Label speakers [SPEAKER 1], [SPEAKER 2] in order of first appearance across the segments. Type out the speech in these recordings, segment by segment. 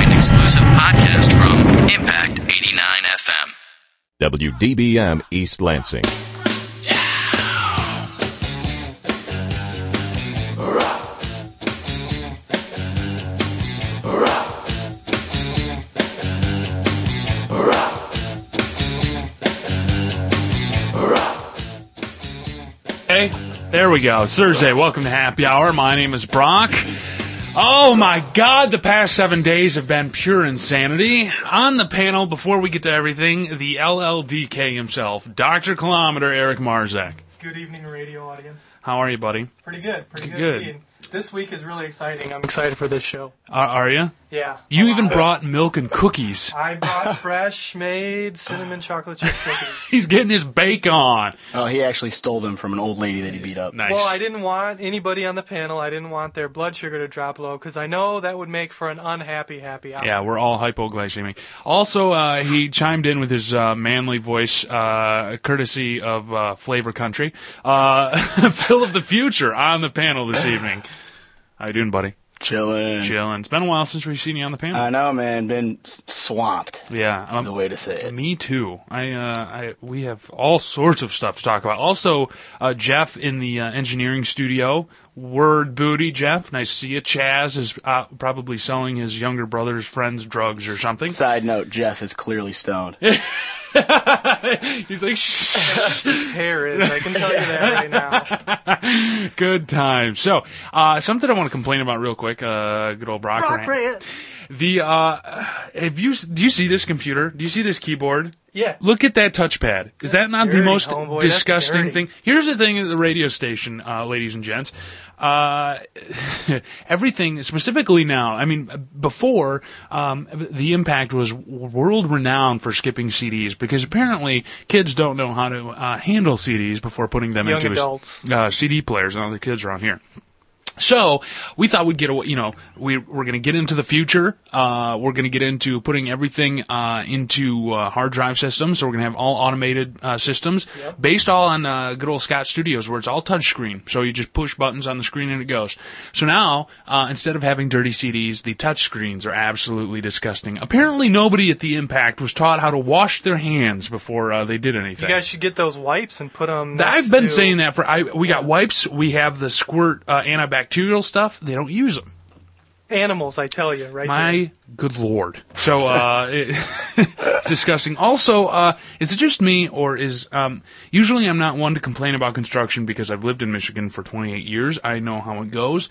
[SPEAKER 1] exclusive podcast from Impact 89 FM.
[SPEAKER 2] WDBM East Lansing.
[SPEAKER 3] Hey, there we go. It's Thursday. Welcome to Happy Hour. My name is Brock. Oh my God, the past seven days have been pure insanity. On the panel, before we get to everything, the LLDK himself, Dr. Kilometer Eric Marzak.
[SPEAKER 4] Good evening, radio audience.
[SPEAKER 3] How are you, buddy?
[SPEAKER 4] Pretty good, pretty good.
[SPEAKER 3] Good.
[SPEAKER 4] indeed. This week is really exciting. I'm excited for this show.
[SPEAKER 3] Are, Uh, are you?
[SPEAKER 4] Yeah.
[SPEAKER 3] You
[SPEAKER 4] A
[SPEAKER 3] even
[SPEAKER 4] lot.
[SPEAKER 3] brought milk and cookies.
[SPEAKER 4] I bought fresh made cinnamon chocolate chip cookies.
[SPEAKER 3] He's getting his bake on.
[SPEAKER 5] Oh, he actually stole them from an old lady that he beat up.
[SPEAKER 3] Nice.
[SPEAKER 4] Well, I didn't want anybody on the panel. I didn't want their blood sugar to drop low because I know that would make for an unhappy happy hour.
[SPEAKER 3] Yeah, we're all hypoglycemic. Also, uh, he chimed in with his uh, manly voice, uh, courtesy of uh, Flavor Country. Uh, Phil of the Future on the panel this evening. How you doing, buddy?
[SPEAKER 5] Chilling.
[SPEAKER 3] Chillin'. It's been a while since we've seen you on the panel.
[SPEAKER 5] I know, man. Been s- swamped.
[SPEAKER 3] yeah,
[SPEAKER 5] Is
[SPEAKER 3] I'm-
[SPEAKER 5] the way to say it.
[SPEAKER 3] me too. I, uh, I we have all sorts of stuff to talk about. Also, uh, Jeff in the uh, engineering studio. Word booty, Jeff. Nice to see you. Chaz is uh, probably selling his younger brother's friends drugs or something.
[SPEAKER 5] Side note: Jeff is clearly stoned.
[SPEAKER 3] He's like, shh.
[SPEAKER 4] His hair is. I can tell you that right now.
[SPEAKER 3] Good time. So, uh, something I want to complain about real quick. Uh, good old Brock. rant. The uh, have you do you see this computer? Do you see this keyboard?
[SPEAKER 4] Yeah.
[SPEAKER 3] Look at that touchpad. Is that not the
[SPEAKER 4] dirty,
[SPEAKER 3] most
[SPEAKER 4] homeboy. That's
[SPEAKER 3] disgusting
[SPEAKER 4] dirty.
[SPEAKER 3] thing? Here's the thing at the radio station, uh, ladies and gents. Uh, everything, specifically now, I mean, before, um, the impact was world renowned for skipping CDs because apparently kids don't know how to uh, handle CDs before putting them
[SPEAKER 4] Young
[SPEAKER 3] into a s-
[SPEAKER 4] adults.
[SPEAKER 3] uh, CD players and other kids around here. So we thought we'd get away. You know, we we're going to get into the future. Uh, we're going to get into putting everything uh, into uh, hard drive systems. So we're going to have all automated uh, systems based all on uh, good old Scott Studios, where it's all touchscreen. So you just push buttons on the screen and it goes. So now uh, instead of having dirty CDs, the touchscreens are absolutely disgusting. Apparently, nobody at the Impact was taught how to wash their hands before uh, they did anything.
[SPEAKER 4] You guys should get those wipes and put them.
[SPEAKER 3] I've been saying that for I. We got wipes. We have the squirt uh, antibacterial stuff. They don't use them.
[SPEAKER 4] Animals, I tell you, right there.
[SPEAKER 3] My good lord. So uh, it, it's disgusting. Also, uh, is it just me or is um, usually I'm not one to complain about construction because I've lived in Michigan for 28 years. I know how it goes.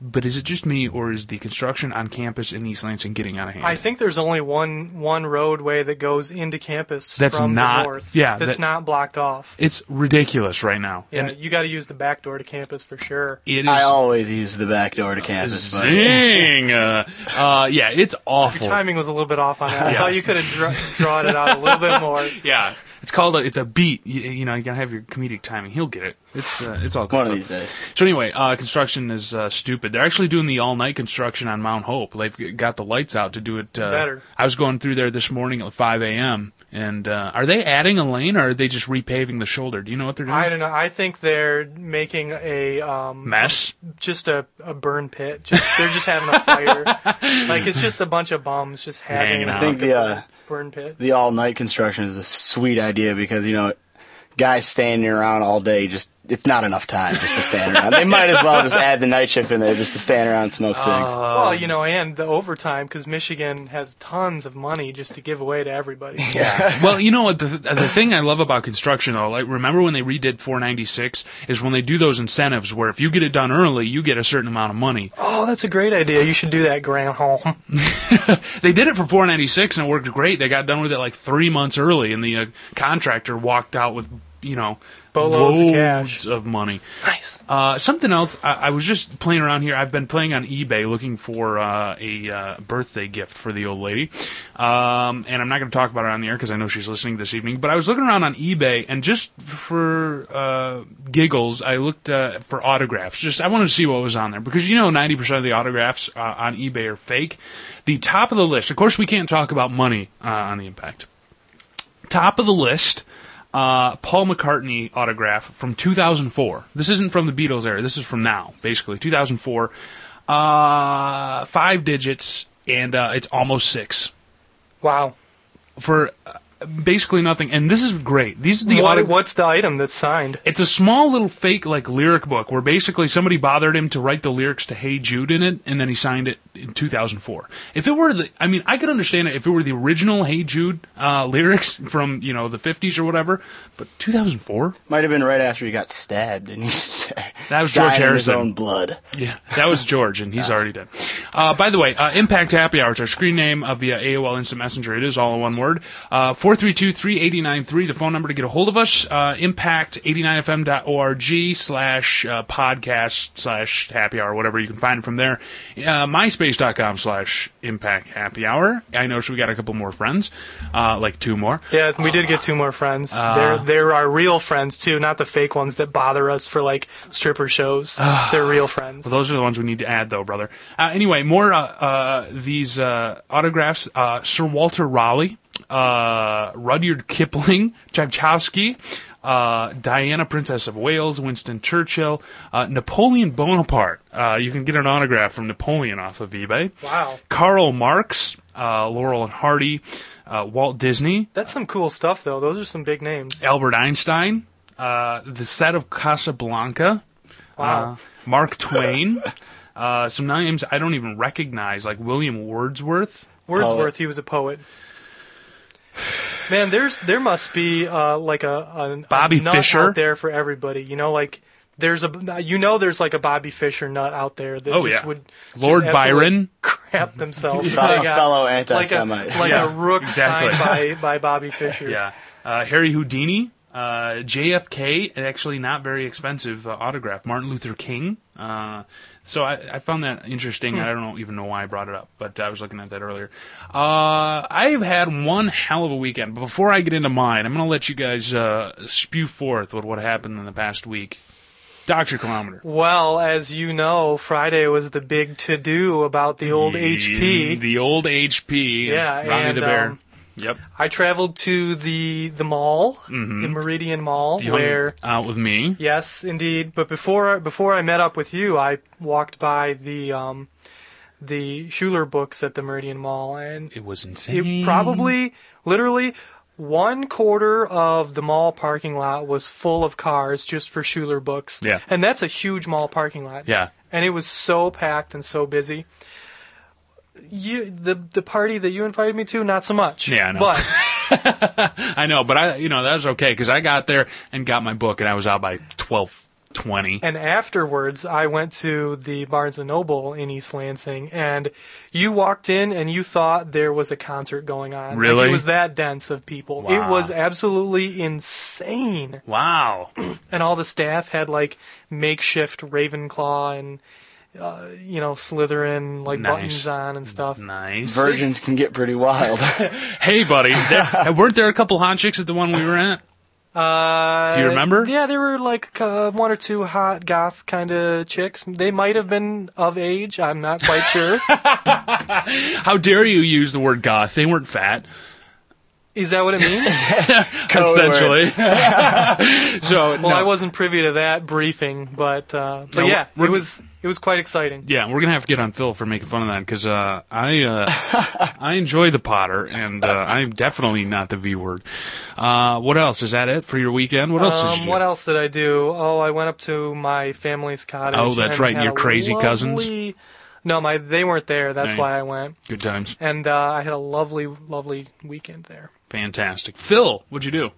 [SPEAKER 3] But is it just me or is the construction on campus in East Lansing getting out of hand?
[SPEAKER 4] I think there's only one one roadway that goes into campus
[SPEAKER 3] That's
[SPEAKER 4] from
[SPEAKER 3] not-
[SPEAKER 4] the north.
[SPEAKER 3] yeah,
[SPEAKER 4] that's
[SPEAKER 3] that-
[SPEAKER 4] not blocked off.
[SPEAKER 3] it's ridiculous right now.
[SPEAKER 4] Yeah,
[SPEAKER 3] And
[SPEAKER 4] you got to use the back door to campus for sure.
[SPEAKER 3] it is
[SPEAKER 5] I always use the back door to campus, but
[SPEAKER 3] zing. Uh, uh, yeah, it's awful.
[SPEAKER 4] Timing was a little bit off on that. I thought you could have dra- drawn it out a little bit more.
[SPEAKER 3] Yeah, it's called a, it's a beat. You, you know, you gotta have your comedic timing. He'll get it. It's uh, it's all good.
[SPEAKER 5] one of these days.
[SPEAKER 3] So anyway, uh, construction is uh, stupid. They're actually doing the all night construction on Mount Hope. They've g- got the lights out to do it. Uh,
[SPEAKER 4] Better.
[SPEAKER 3] I was going through there this morning at 5 a.m. And uh, are they adding a lane or are they just repaving the shoulder? Do you know what they're doing?
[SPEAKER 4] I don't know. I think they're making a um,
[SPEAKER 3] Mess.
[SPEAKER 4] just a, a burn pit. Just, they're just having a fire. like it's just a bunch of bums just
[SPEAKER 3] Hanging
[SPEAKER 4] having a
[SPEAKER 3] out.
[SPEAKER 5] I think the uh,
[SPEAKER 4] burn pit.
[SPEAKER 5] the all night construction is a sweet idea because you know guys standing around all day just it's not enough time just to stand around. They might as well just add the night shift in there just to stand around and smoke cigs.
[SPEAKER 4] well, you know, and the overtime because Michigan has tons of money just to give away to everybody.
[SPEAKER 3] well, you know what? The, the thing I love about construction, though, like remember when they redid 496 is when they do those incentives where if you get it done early, you get a certain amount of money.
[SPEAKER 4] Oh, that's a great idea. You should do that, Grant Hall.
[SPEAKER 3] They did it for 496 and it worked great. They got done with it like three months early, and the uh, contractor walked out with you know
[SPEAKER 4] Boatloads of
[SPEAKER 3] loads
[SPEAKER 4] cash.
[SPEAKER 3] of money.
[SPEAKER 4] nice.
[SPEAKER 3] Uh, something else, I, I was just playing around here. I've been playing on eBay looking for uh, a uh, birthday gift for the old lady, um, and I'm not going to talk about it on the air because I know she's listening this evening. But I was looking around on eBay, and just for uh, giggles, I looked uh, for autographs. Just I wanted to see what was on there because you know 90% of the autographs uh, on eBay are fake. The top of the list, of course, we can't talk about money uh, on the impact top of the list, uh, Paul McCartney autograph from 2004. This isn't from the Beatles era. This is from now, basically 2004. Uh, five digits, and uh, it's almost six
[SPEAKER 4] Wow.
[SPEAKER 3] for uh, basically nothing. And this is great. These are the
[SPEAKER 4] What-
[SPEAKER 3] autog-
[SPEAKER 4] what's the item that's signed?
[SPEAKER 3] It's a small little fake like lyric book where basically somebody bothered him to write the lyrics to Hey Jude in it, and then he signed it in 2004. If it were the, I mean, I could understand it if it were the original Hey Jude uh, lyrics from you know the 50s or whatever, but 2004.
[SPEAKER 5] Might have been right after he got stabbed, and he
[SPEAKER 3] That was George
[SPEAKER 5] signed in his
[SPEAKER 3] Harrison.
[SPEAKER 5] own blood.
[SPEAKER 3] Yeah, that was George, and he's already dead. Uh, by the way, uh, Impact Happy Hour is our screen name uh, via AOL Instant Messenger. It is all in one word. Uh, Four three two three eighty nine three. The phone number to get a hold of us. Uh, Impact 89fm.org slash uh, podcast slash happy hour, whatever you can find it from there. Uh, MySpace.com slash Impact Happy Hour. I noticed we got a couple more friends, uh, like two more.
[SPEAKER 4] Yeah, we did get two more friends.
[SPEAKER 3] Ah.
[SPEAKER 4] they're they're our real friends too, not the fake ones that bother us for like stripper shows. they're real friends.
[SPEAKER 3] Ah. Well, those are the ones we need to add, though, brother. Uh, anyway, more uh, uh, these uh, autographs: uh, Sir Walter Raleigh, uh, Rudyard Kipling, Tchaikovsky, uh, Diana, Princess of Wales, Winston Churchill, uh, Napoleon Bonaparte. Uh, you can get an autograph from Napoleon off of eBay.
[SPEAKER 4] Wow.
[SPEAKER 3] Karl Marx, uh, Laurel and Hardy, uh, Walt Disney,
[SPEAKER 4] That's some cool stuff though. Those are some big names.
[SPEAKER 3] Albert Einstein, uh, the set of Casablanca,
[SPEAKER 4] Wow.
[SPEAKER 3] uh, Mark Twain, uh, some names I don't even recognize, like William Wordsworth.
[SPEAKER 4] Wordsworth, he was a poet. Man, there's there must be uh, like a, a a
[SPEAKER 3] Bobby
[SPEAKER 4] nut
[SPEAKER 3] Fischer.
[SPEAKER 4] out there for everybody. You know, like there's a you know there's like a Bobby Fisher nut out there that
[SPEAKER 3] Oh,
[SPEAKER 4] just
[SPEAKER 3] yeah.
[SPEAKER 4] would just
[SPEAKER 3] Lord
[SPEAKER 4] absolutely
[SPEAKER 3] Byron.
[SPEAKER 4] crap themselves.
[SPEAKER 5] Fellow-
[SPEAKER 4] They got-
[SPEAKER 5] fellow
[SPEAKER 4] like a
[SPEAKER 5] anti-Semite.
[SPEAKER 4] like
[SPEAKER 3] Yeah,
[SPEAKER 4] a rook
[SPEAKER 3] exactly.
[SPEAKER 4] signed by by Bobby Fisher.
[SPEAKER 3] Yeah. Uh, Harry Houdini, uh, JFK, and actually not very expensive uh, autograph. Martin Luther King. Uh, so I, I found that interesting. I don't know- even know why I brought it up, but I was looking at that earlier. Uh, I've had one hell of a weekend. But before I get into mine, I'm going to let you guys uh, spew forth what, what happened in the past week. Dr. Kilometer.
[SPEAKER 4] Well, as you know, Friday was the big to do about the old HP.
[SPEAKER 3] The old HP.
[SPEAKER 4] Yeah,
[SPEAKER 3] Ronnie
[SPEAKER 4] and,
[SPEAKER 3] the Bear.
[SPEAKER 4] um,
[SPEAKER 3] yep.
[SPEAKER 4] I traveled to the the mall, the Meridian Mall,
[SPEAKER 3] You hung
[SPEAKER 4] where
[SPEAKER 3] out with me.
[SPEAKER 4] yes, indeed. But before before I met up with you, I walked by the um, the Schuler books at the Meridian Mall, and
[SPEAKER 3] It was insane.
[SPEAKER 4] it probably literally one quarter of the mall parking lot was full of cars just for Schuler books.
[SPEAKER 3] Yeah.
[SPEAKER 4] And that's a huge mall parking lot.
[SPEAKER 3] Yeah.
[SPEAKER 4] And it was so packed and so busy. You the the party that you invited me to, not so much.
[SPEAKER 3] Yeah, I know.
[SPEAKER 4] But
[SPEAKER 3] I know, but I, you know, that was okay because I got there and got my book, and I was out by twelve twenty.
[SPEAKER 4] and afterwards I went to the Barnes and Noble in East Lansing and you walked in and you thought there was a concert going on. Like,
[SPEAKER 3] Really?
[SPEAKER 4] it was that dense of people. It
[SPEAKER 3] Wow.
[SPEAKER 4] was absolutely insane.
[SPEAKER 3] Wow,
[SPEAKER 4] and all the staff had like makeshift Ravenclaw and uh, you know Slytherin like
[SPEAKER 3] Nice.
[SPEAKER 4] buttons on and stuff.
[SPEAKER 3] nice.
[SPEAKER 5] Virgins can get pretty wild.
[SPEAKER 3] hey, buddy, there, weren't there a couple hot chicks at the one we were at?
[SPEAKER 4] Uh,
[SPEAKER 3] Do you remember?
[SPEAKER 4] Yeah, there were like uh, one or two hot goth kind of chicks. They might have been of age. I'm not quite sure.
[SPEAKER 3] How dare you use the word goth? They weren't fat,
[SPEAKER 4] Is that what it means?
[SPEAKER 3] essentially. so
[SPEAKER 4] Well,
[SPEAKER 3] no.
[SPEAKER 4] I wasn't privy to that briefing, but uh, but
[SPEAKER 3] No,
[SPEAKER 4] yeah,
[SPEAKER 3] we're-
[SPEAKER 4] it was it was quite exciting.
[SPEAKER 3] Yeah, we're gonna have to get on Phil for making fun of that because uh, I uh, I enjoy the Potter and uh, I'm definitely not the V word. Uh, what else is that? It for your weekend? What else? did
[SPEAKER 4] Um,
[SPEAKER 3] you
[SPEAKER 4] what
[SPEAKER 3] do?
[SPEAKER 4] else did I do? Oh, I went up to my family's cottage.
[SPEAKER 3] Oh, that's
[SPEAKER 4] and
[SPEAKER 3] right, and
[SPEAKER 4] had
[SPEAKER 3] your
[SPEAKER 4] a
[SPEAKER 3] crazy cousins?
[SPEAKER 4] lovely- No, my they weren't there. That's
[SPEAKER 3] Dang.
[SPEAKER 4] why I went.
[SPEAKER 3] Good times,
[SPEAKER 4] and uh, I had a lovely, lovely weekend there.
[SPEAKER 3] fantastic. Phil, what'd you do?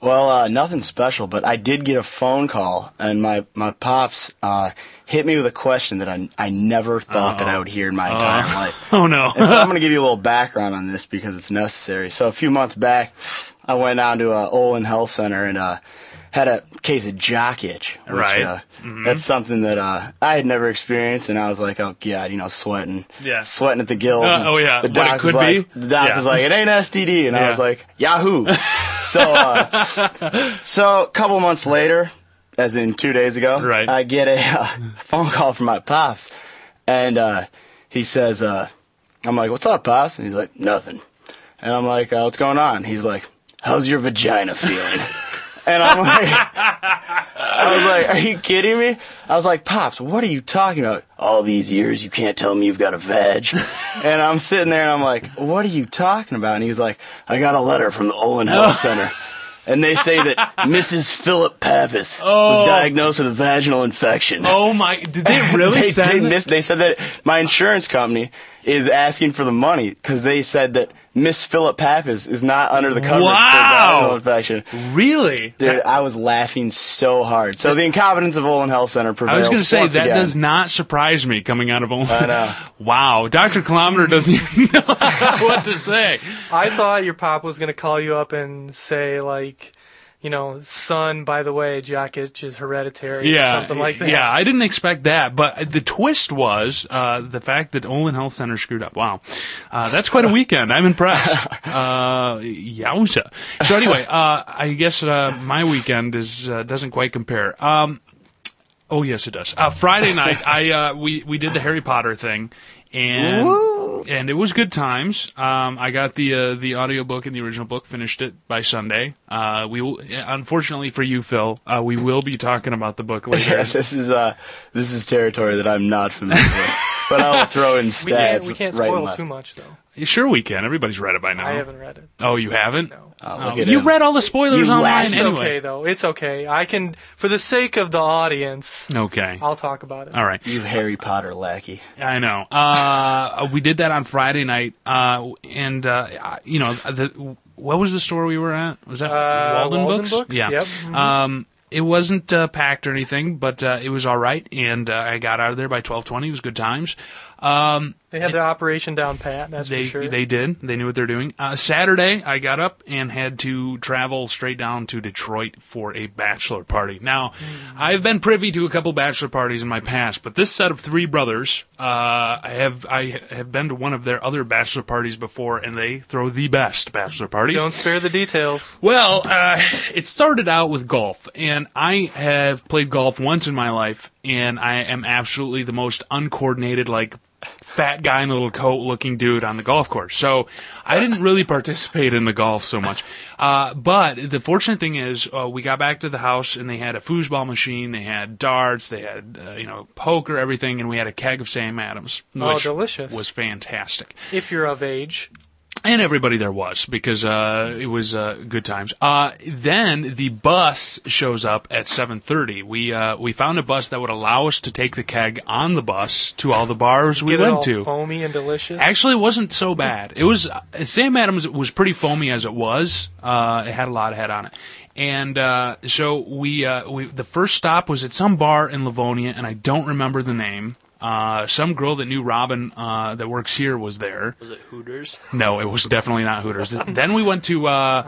[SPEAKER 5] Well, uh, nothing special, but I did get a phone call, and my my pops uh, hit me with a question that I I never thought that I would hear in my entire life.
[SPEAKER 3] Oh no.
[SPEAKER 5] And so I'm going to give you a little background on this because it's necessary. So a few months back, I went down to uh, Olin Health Center and uh, had a case of jock itch. Which,
[SPEAKER 3] Right. Mm-hmm.
[SPEAKER 5] Uh, That's something that uh, I had never experienced, and I was like, oh god, you know, sweating,
[SPEAKER 3] Yeah.
[SPEAKER 5] sweating at the gills.
[SPEAKER 3] Uh,
[SPEAKER 5] And
[SPEAKER 3] oh, yeah,
[SPEAKER 5] the
[SPEAKER 3] what it
[SPEAKER 5] doc was
[SPEAKER 3] could be?
[SPEAKER 5] like, the doc
[SPEAKER 3] Yeah.
[SPEAKER 5] was like, it ain't STD, and I was
[SPEAKER 3] Yeah.
[SPEAKER 5] like, Yahoo. so, uh, so a couple months later, as in two days ago,
[SPEAKER 3] Right.
[SPEAKER 5] I get a uh, phone call from my pops, and uh, he says, uh, "I'm like, what's up, pops?" And he's like, "Nothing." And I'm like, uh, "What's going on?" He's like, "How's your vagina feeling?" and I'm like, I was like, "Are you kidding me?" I was like, "Pops, what are you talking about? All these years, you can't tell me you've got a veg." and I'm sitting there, and I'm like, "What are you talking about?" And he's like, "I got a letter from the Olin Health Center." And they say that Mrs. Philip Pavis was diagnosed with a vaginal infection.
[SPEAKER 3] Oh my! Did they really
[SPEAKER 5] they,
[SPEAKER 3] send
[SPEAKER 5] they,
[SPEAKER 3] that?
[SPEAKER 5] missed- they said that my insurance company is asking for the money because they said that Miss Philip Pappas is not under the coverage
[SPEAKER 3] Wow.
[SPEAKER 5] for vaginal infection.
[SPEAKER 3] Really?
[SPEAKER 5] Dude, I was laughing so hard. So the incompetence of Olin Health Center
[SPEAKER 3] I
[SPEAKER 5] prevails.
[SPEAKER 3] was going to say
[SPEAKER 5] once
[SPEAKER 3] that
[SPEAKER 5] again.
[SPEAKER 3] does not surprise me coming out of Olin.
[SPEAKER 5] I know.
[SPEAKER 3] wow, Doctor Kilometer doesn't even know what to say.
[SPEAKER 4] I thought your pop was gonna call you up and say like, you know, son. By the way, jock itch is hereditary.
[SPEAKER 3] Yeah,
[SPEAKER 4] or something like that.
[SPEAKER 3] Yeah, I didn't expect that, but the twist was uh, the fact that Olin Health Center screwed up. Wow, uh, that's quite a weekend. I'm impressed. Uh, yowza. So anyway, uh, I guess uh, my weekend is uh, doesn't quite compare. Um, oh yes, it does. Uh, Friday night, I uh, we we did the Harry Potter thing. And and it was good times. Um, I got the uh, the audiobook and the original book, finished it by Sunday. Uh, we will, unfortunately for you, Phil, uh, we will be talking about the book later.
[SPEAKER 5] Yeah, this is uh, this is territory that I'm not familiar with, but I will throw in
[SPEAKER 4] We can't,
[SPEAKER 5] stabs
[SPEAKER 4] we can't
[SPEAKER 5] right and
[SPEAKER 4] spoil
[SPEAKER 5] left.
[SPEAKER 4] too much though.
[SPEAKER 3] Sure, we can. Everybody's read it by now.
[SPEAKER 4] I haven't read it.
[SPEAKER 3] Oh, you haven't?
[SPEAKER 4] No.
[SPEAKER 5] Oh,
[SPEAKER 3] Oh,
[SPEAKER 5] look at
[SPEAKER 3] you
[SPEAKER 5] him.
[SPEAKER 3] read all the spoilers
[SPEAKER 5] You
[SPEAKER 3] online
[SPEAKER 5] laugh.
[SPEAKER 4] It's okay
[SPEAKER 3] anyway.
[SPEAKER 4] though. It's okay. I can, for the sake of the audience,
[SPEAKER 3] Okay.
[SPEAKER 4] I'll talk about it.
[SPEAKER 3] All right.
[SPEAKER 5] You Harry Potter lackey.
[SPEAKER 3] I know. Uh, we did that on Friday night, uh, and uh, I- you know, the, what was the store we were at? Was that Walden,
[SPEAKER 4] Uh, Walden
[SPEAKER 3] Books?
[SPEAKER 4] Books?
[SPEAKER 3] Yeah.
[SPEAKER 4] Yep. Mhm.
[SPEAKER 3] Um, it wasn't uh, packed or anything, but uh, it was all right, and uh, I got out of there by twelve twenty. It was good times. Um,
[SPEAKER 4] They had their operation down pat. That's
[SPEAKER 3] they
[SPEAKER 4] for sure.
[SPEAKER 3] they did. They knew what they're doing. Uh, Saturday, I got up and had to travel straight down to Detroit for a bachelor party. Now,
[SPEAKER 4] Mm.
[SPEAKER 3] I've been privy to a couple bachelor parties in my past, but this set of three brothers, uh, I have I have been to one of their other bachelor parties before, and they throw the best bachelor party.
[SPEAKER 4] Don't spare the details.
[SPEAKER 3] Well, uh, it started out with golf, and I have played golf once in my life, and I am absolutely the most uncoordinated, like fat guy in a little coat looking dude on the golf course. So I didn't really participate in the golf so much. Uh, but the fortunate thing is, uh, we got back to the house, and they had a foosball machine, they had darts, they had uh, you know poker, everything, and we had a keg of Sam Adams, which
[SPEAKER 4] Oh, delicious.
[SPEAKER 3] was fantastic
[SPEAKER 4] If you're of age,
[SPEAKER 3] and everybody there was because uh, it was uh, good times. Uh, then the bus shows up at seven thirty. We uh, we found a bus that would allow us to take the keg on the bus to all the bars we
[SPEAKER 4] get it
[SPEAKER 3] went
[SPEAKER 4] all
[SPEAKER 3] to.
[SPEAKER 4] foamy and delicious.
[SPEAKER 3] Actually, it wasn't so bad. It was uh, Sam Adams was pretty foamy as it was. Uh, it had a lot of head on it, and uh, so we uh, we the first stop was at some bar in Livonia, and I don't remember the name. Uh, some girl that knew Robin uh, that works here was there.
[SPEAKER 6] Was it Hooters?
[SPEAKER 3] No, it was definitely not Hooters. then we went to uh,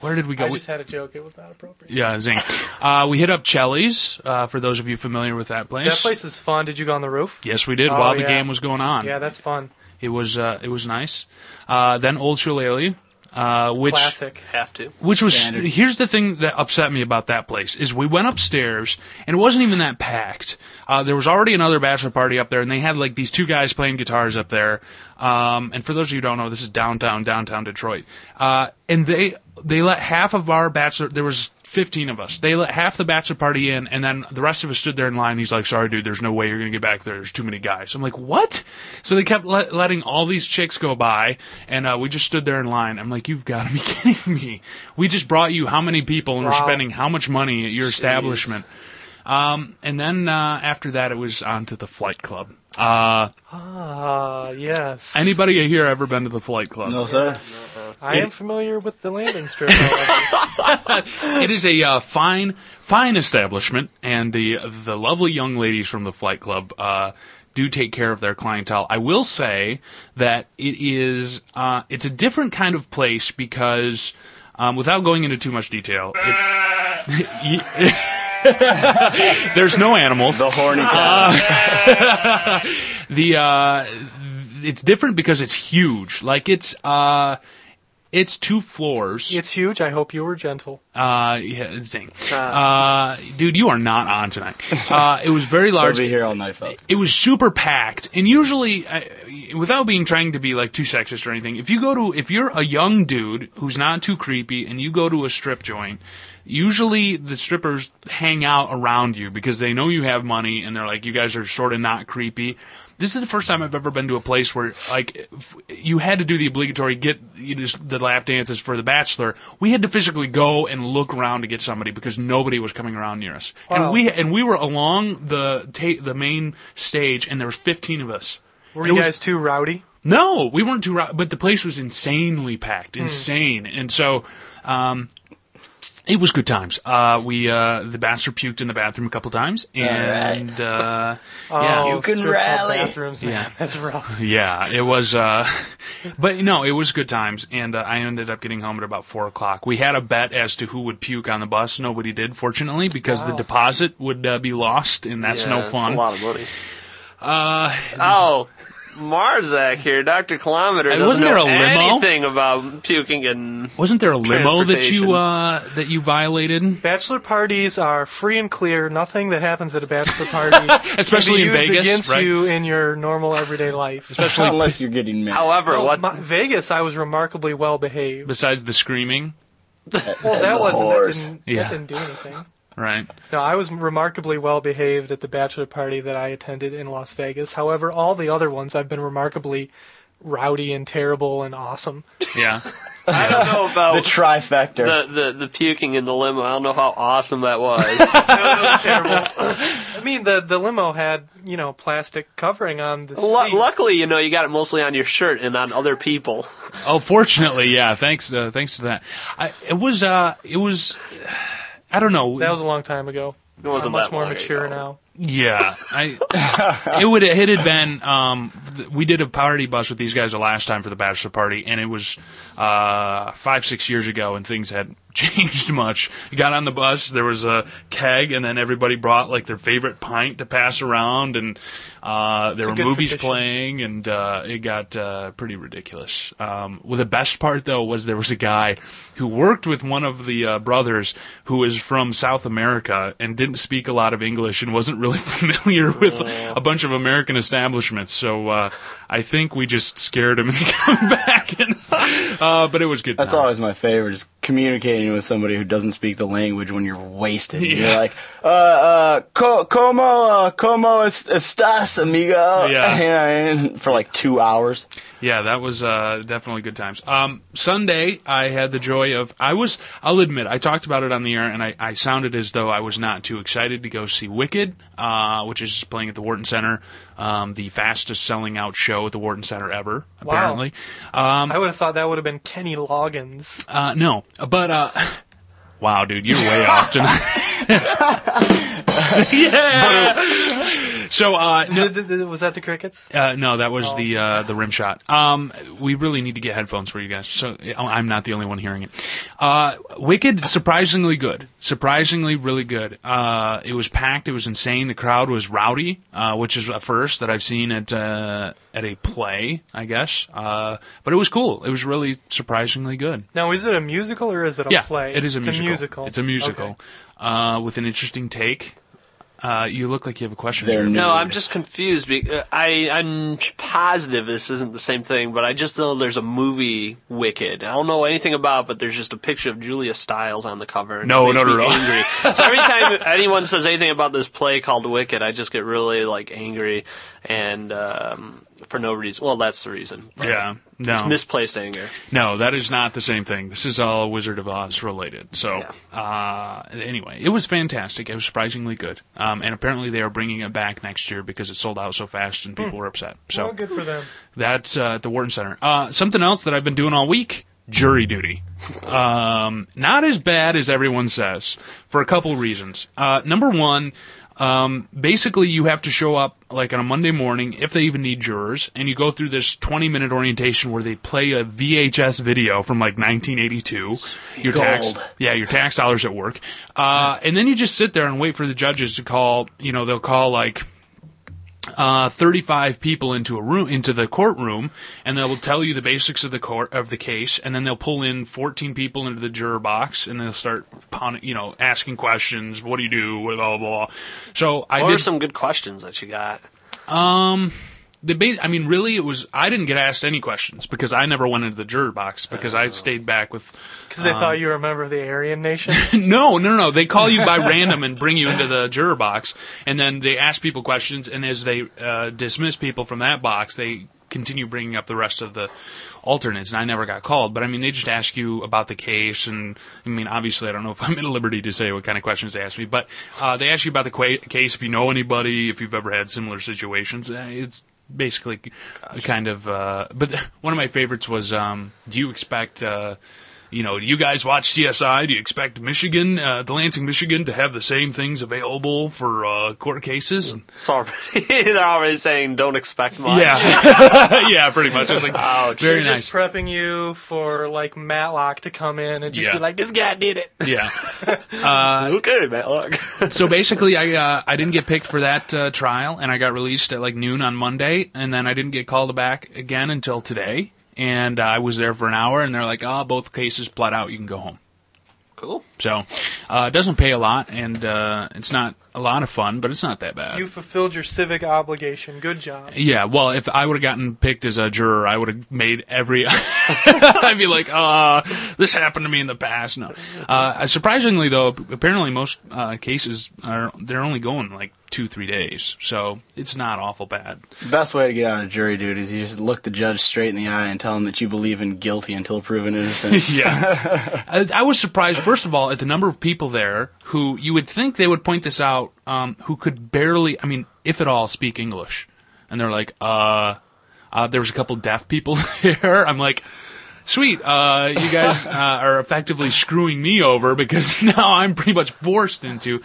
[SPEAKER 3] where did we go?
[SPEAKER 4] I
[SPEAKER 3] We-
[SPEAKER 4] just had a joke. It was not appropriate.
[SPEAKER 3] yeah, Zing. Uh, we hit up Chelly's. Uh, for those of you familiar with that place,
[SPEAKER 4] That place is fun. Did you go on the roof?
[SPEAKER 3] yes, we did
[SPEAKER 4] Oh,
[SPEAKER 3] while the
[SPEAKER 4] yeah.
[SPEAKER 3] game was going on.
[SPEAKER 4] Yeah, that's fun.
[SPEAKER 3] It was uh, it was nice. Uh, then Old Shillelagh, uh, which
[SPEAKER 4] Classic.
[SPEAKER 6] Have to.
[SPEAKER 3] which was
[SPEAKER 5] Standard.
[SPEAKER 3] here's the thing that upset me about that place is we went upstairs and it wasn't even that packed. Uh, there was already another bachelor party up there, and they had like these two guys playing guitars up there. Um, and for those of you who don't know, this is downtown downtown Detroit, uh, and they they let half of our bachelor there was. 15 of us. They let half the bachelor party in, and then the rest of us stood there in line. He's like, Sorry, dude, there's no way you're going to get back there. There's too many guys. I'm like, What? So they kept let, letting all these chicks go by, and uh, we just stood there in line. I'm like, You've got to be kidding me. We just brought you how many people, and we're
[SPEAKER 4] Wow.
[SPEAKER 3] spending how much money at your establishment. Um, and then uh, after that, it was on to the Flight Club. Uh,
[SPEAKER 4] Ah, yes.
[SPEAKER 3] anybody here ever been to the Flight Club?
[SPEAKER 5] No sir.
[SPEAKER 4] I am familiar with the landing strip. however.
[SPEAKER 3] It is a uh, fine, fine establishment, and the the lovely young ladies from the Flight Club uh, do take care of their clientele. I will say that it is uh, it's a different kind of place because, um, without going into too much detail, it, there's no animals.
[SPEAKER 5] The horny cow.
[SPEAKER 3] The uh, it's different because it's huge. Like it's uh It's two floors.
[SPEAKER 4] It's huge. I hope you were gentle.
[SPEAKER 3] Uh, yeah, zing. Uh, dude, you are not on tonight. Uh, it was very
[SPEAKER 5] I'll
[SPEAKER 3] large.
[SPEAKER 5] be here all night, folks.
[SPEAKER 3] It was super packed, and usually, I, without being trying to be like too sexist or anything, if you go to if you're a young dude who's not too creepy and you go to a strip joint, usually the strippers hang out around you because they know you have money and they're like, you guys are sort of not creepy. This is the first time I've ever been to a place where like if you had to do the obligatory get you just the lap dances for the bachelor. We had to physically go and look around to get somebody because nobody was coming around near us. And
[SPEAKER 4] Wow.
[SPEAKER 3] we and we were along the ta- the main stage and there was 15 of us.
[SPEAKER 4] Were
[SPEAKER 3] It
[SPEAKER 4] you
[SPEAKER 3] was-
[SPEAKER 4] guys too rowdy?
[SPEAKER 3] no, we weren't too. Ro- but the place was insanely packed,
[SPEAKER 4] Hmm.
[SPEAKER 3] insane, and so um, it was good times. Uh, we uh, the bastard puked in the bathroom a couple times, and uh, yeah,
[SPEAKER 4] Oh,
[SPEAKER 5] You can
[SPEAKER 4] strip club
[SPEAKER 5] rally.
[SPEAKER 4] Bathrooms, man.
[SPEAKER 3] Yeah.
[SPEAKER 4] That's rough.
[SPEAKER 3] yeah, it was. Uh, but no, it was good times, and uh, I ended up getting home at about four o'clock. We had a bet as to who would puke on the bus. Nobody did, fortunately, because the deposit would uh, be lost, and that's no fun.
[SPEAKER 6] It's a lot of money. Uh, oh, Marzak here, Doctor Kilometer.
[SPEAKER 3] Hey,
[SPEAKER 6] doesn't
[SPEAKER 3] wasn't there
[SPEAKER 6] know
[SPEAKER 3] a limo?
[SPEAKER 6] Anything about puking and
[SPEAKER 3] Wasn't there a limo that you
[SPEAKER 6] Transportation.
[SPEAKER 3] uh, that you violated?
[SPEAKER 4] Bachelor parties are free and clear. Nothing that happens at a bachelor party,
[SPEAKER 3] Especially
[SPEAKER 4] can
[SPEAKER 3] in
[SPEAKER 4] be used
[SPEAKER 3] Vegas,
[SPEAKER 4] against
[SPEAKER 3] right?
[SPEAKER 4] you in your normal everyday life.
[SPEAKER 5] Unless you're getting mad.
[SPEAKER 6] however
[SPEAKER 4] Well,
[SPEAKER 6] what
[SPEAKER 4] my- Vegas, I was remarkably well behaved.
[SPEAKER 3] Besides the screaming,
[SPEAKER 4] Well, that wasn't that
[SPEAKER 5] whores.
[SPEAKER 4] didn't,
[SPEAKER 3] Yeah.
[SPEAKER 4] that didn't do anything.
[SPEAKER 3] right?
[SPEAKER 4] No, I was remarkably well behaved at the bachelor party that I attended in Las Vegas. However, all the other ones I've been remarkably rowdy and terrible and awesome.
[SPEAKER 3] Yeah.
[SPEAKER 6] I don't know
[SPEAKER 5] the
[SPEAKER 6] about.
[SPEAKER 5] trifecta.
[SPEAKER 6] The, the the puking in the limo. I don't know how awesome that was.
[SPEAKER 4] I mean, the the limo had you know plastic covering on the
[SPEAKER 6] Lu
[SPEAKER 4] seats.
[SPEAKER 6] luckily, you know, you got it mostly on your shirt and on other people.
[SPEAKER 3] Oh, fortunately, yeah. Thanks, uh, thanks to that. I, it was, uh, it was. I don't know.
[SPEAKER 4] That was a long time ago.
[SPEAKER 6] It wasn't
[SPEAKER 4] I'm much
[SPEAKER 6] that
[SPEAKER 4] more
[SPEAKER 6] long
[SPEAKER 4] mature
[SPEAKER 6] ago.
[SPEAKER 4] now.
[SPEAKER 3] yeah. I, it would. It had been. Um, th- we did a party bus with these guys the last time for the bachelor party, and it was uh, five, six years ago, and things had changed much. You got on the bus. There was a keg, and then everybody brought like their favorite pint to pass around, and uh, there
[SPEAKER 4] a
[SPEAKER 3] were
[SPEAKER 4] good
[SPEAKER 3] movies
[SPEAKER 4] tradition.
[SPEAKER 3] playing. thing, and uh, it got uh, pretty ridiculous. Um, well, the best part though was there was a guy who worked with one of the uh, brothers who is from South America and didn't speak a lot of English and wasn't really familiar with a bunch of American establishments. So uh, I think we just scared him into coming back. And, uh, but it was good.
[SPEAKER 5] That's
[SPEAKER 3] times.
[SPEAKER 5] always my favorite, is communicating with somebody who doesn't speak the language when you're wasted.
[SPEAKER 3] Yeah.
[SPEAKER 5] You're like, uh, uh, co- como, uh, como es- estás, amigo?
[SPEAKER 3] Yeah.
[SPEAKER 5] And for like two hours.
[SPEAKER 3] Yeah, that was uh, definitely good times. Um, Sunday, I had the joy of I was. I'll admit, I talked about it on the air, and I, I sounded as though I was not too excited to go see Wicked, uh, which is playing at the Wharton Center, um, the fastest selling out show at the Wharton Center ever, apparently.
[SPEAKER 4] I would have thought that would have been Kenny Loggins.
[SPEAKER 3] Um, Uh, no, but uh, wow, dude, you're way off tonight. yeah. So uh, no,
[SPEAKER 4] Th- th- th- was that the Crickets?
[SPEAKER 3] Uh, no, that
[SPEAKER 4] Oh,
[SPEAKER 3] was the uh, the rim shot. Um, we really need to get headphones for you guys, so I- I'm not the only one hearing it. Uh, Wicked, surprisingly good, surprisingly really good. Uh, it was packed, it was insane. The crowd was rowdy, uh, which is a first that I've seen at uh, at a play, I guess. Uh, but it was cool. It was really surprisingly good.
[SPEAKER 4] Now, is it a musical or is it a
[SPEAKER 3] yeah,
[SPEAKER 4] play?
[SPEAKER 3] it is a
[SPEAKER 4] it's
[SPEAKER 3] musical.
[SPEAKER 4] A musical.
[SPEAKER 3] It's a musical
[SPEAKER 4] Okay.
[SPEAKER 3] uh, with an interesting take. Uh, you look like you have a question.
[SPEAKER 5] They're
[SPEAKER 6] No,
[SPEAKER 5] nude.
[SPEAKER 6] I'm just confused. Be- uh, I I'm positive this isn't the same thing, but I just know there's a movie Wicked. I don't know anything about, it, but there's just a picture of Julia Stiles on the cover. and it
[SPEAKER 3] No,
[SPEAKER 6] makes
[SPEAKER 3] no, no,
[SPEAKER 6] me
[SPEAKER 3] no.
[SPEAKER 6] Angry. so every time anyone says anything about this play called Wicked, I just get really like angry and um, for no reason. Well, that's the reason.
[SPEAKER 3] yeah, no.
[SPEAKER 6] It's misplaced anger.
[SPEAKER 3] No, that is not the same thing. This is all Wizard of Oz related. So, uh, anyway, it was fantastic. It was surprisingly good. Um, and apparently they are bringing it back next year because it sold out so fast and people were upset. So
[SPEAKER 4] Hmm. Well, good for them.
[SPEAKER 3] that's uh, at the Wharton Center. Uh, something else that I've been doing all week: jury duty. Um, not as bad as everyone says for a couple reasons. Uh, number one. Um, basically, you have to show up like on a Monday morning if they even need jurors, and you go through this 20 minute orientation where they play a VHS video from like 1982. Your tax,
[SPEAKER 5] Gold.
[SPEAKER 3] yeah, your tax dollars at work, uh, and then you just sit there and wait for the judges to call. You know, they'll call like uh, 35 people into a room into the courtroom and they'll tell you the basics of the court of the case and then they'll pull in 14 people into the juror box and they'll start pon- you know asking questions what do you do blah blah blah so i
[SPEAKER 6] What are
[SPEAKER 3] did
[SPEAKER 6] some good questions that you got?
[SPEAKER 3] the ba- I mean, really, it was. I didn't get asked any questions because I never went into the juror box because
[SPEAKER 6] Oh.
[SPEAKER 3] I stayed back with.
[SPEAKER 4] Because they
[SPEAKER 3] Um,
[SPEAKER 4] thought you were a member of the Aryan Nation.
[SPEAKER 3] No, no, no. They call you by random and bring you into the juror box, and then they ask people questions, and as they uh, dismiss people from that box, they continue bringing up the rest of the alternates. And I never got called, but I mean, they just ask you about the case, and I mean, obviously, I don't know if I'm at liberty to say what kind of questions they ask me, but uh, they ask you about the qua case, if you know anybody, if you've ever had similar situations. Uh, It's basically kind of uh but one of my favorites was um do you expect uh you know, do you guys watch CSI? Do you expect Michigan, uh, the Lansing, Michigan, to have the same things available for uh, court cases? And-
[SPEAKER 6] So already, they're already saying don't expect much.
[SPEAKER 3] yeah, yeah, pretty much. I was like, very
[SPEAKER 4] They're
[SPEAKER 3] nice.
[SPEAKER 4] just prepping you for like Matlock to come in and just
[SPEAKER 3] Yeah.
[SPEAKER 4] be like, "This guy did it."
[SPEAKER 3] yeah.
[SPEAKER 6] Okay, Matt. Look.
[SPEAKER 3] So basically, I uh, I didn't get picked for that uh, trial, and I got released at like noon on Monday, and then I didn't get called back again until today. And uh, I was there for an hour, and they're like, "Ah, both cases plot out. You can go home."
[SPEAKER 6] cool.
[SPEAKER 3] So uh, it doesn't pay a lot, and uh, it's not a lot of fun, but it's not that bad.
[SPEAKER 4] You fulfilled your civic obligation. Good job.
[SPEAKER 3] Yeah, well, if I would have gotten picked as a juror, I would have made every. I'd be like, uh, this happened to me in the past. No, uh, surprisingly though, apparently most uh, cases are they're only going like two three days, so it's not awful bad.
[SPEAKER 5] The best way to get out of jury duty is you just look the judge straight in the eye and tell him that you believe in guilty until proven innocent.
[SPEAKER 3] Yeah, I, I was surprised first of all at the number of people there who you would think they would point this out, um, who could barely, I mean, if at all, speak English, and they're like, uh, uh there was a couple deaf people there. I'm like. Sweet, uh, you guys uh, are effectively screwing me over because now I'm pretty much forced into.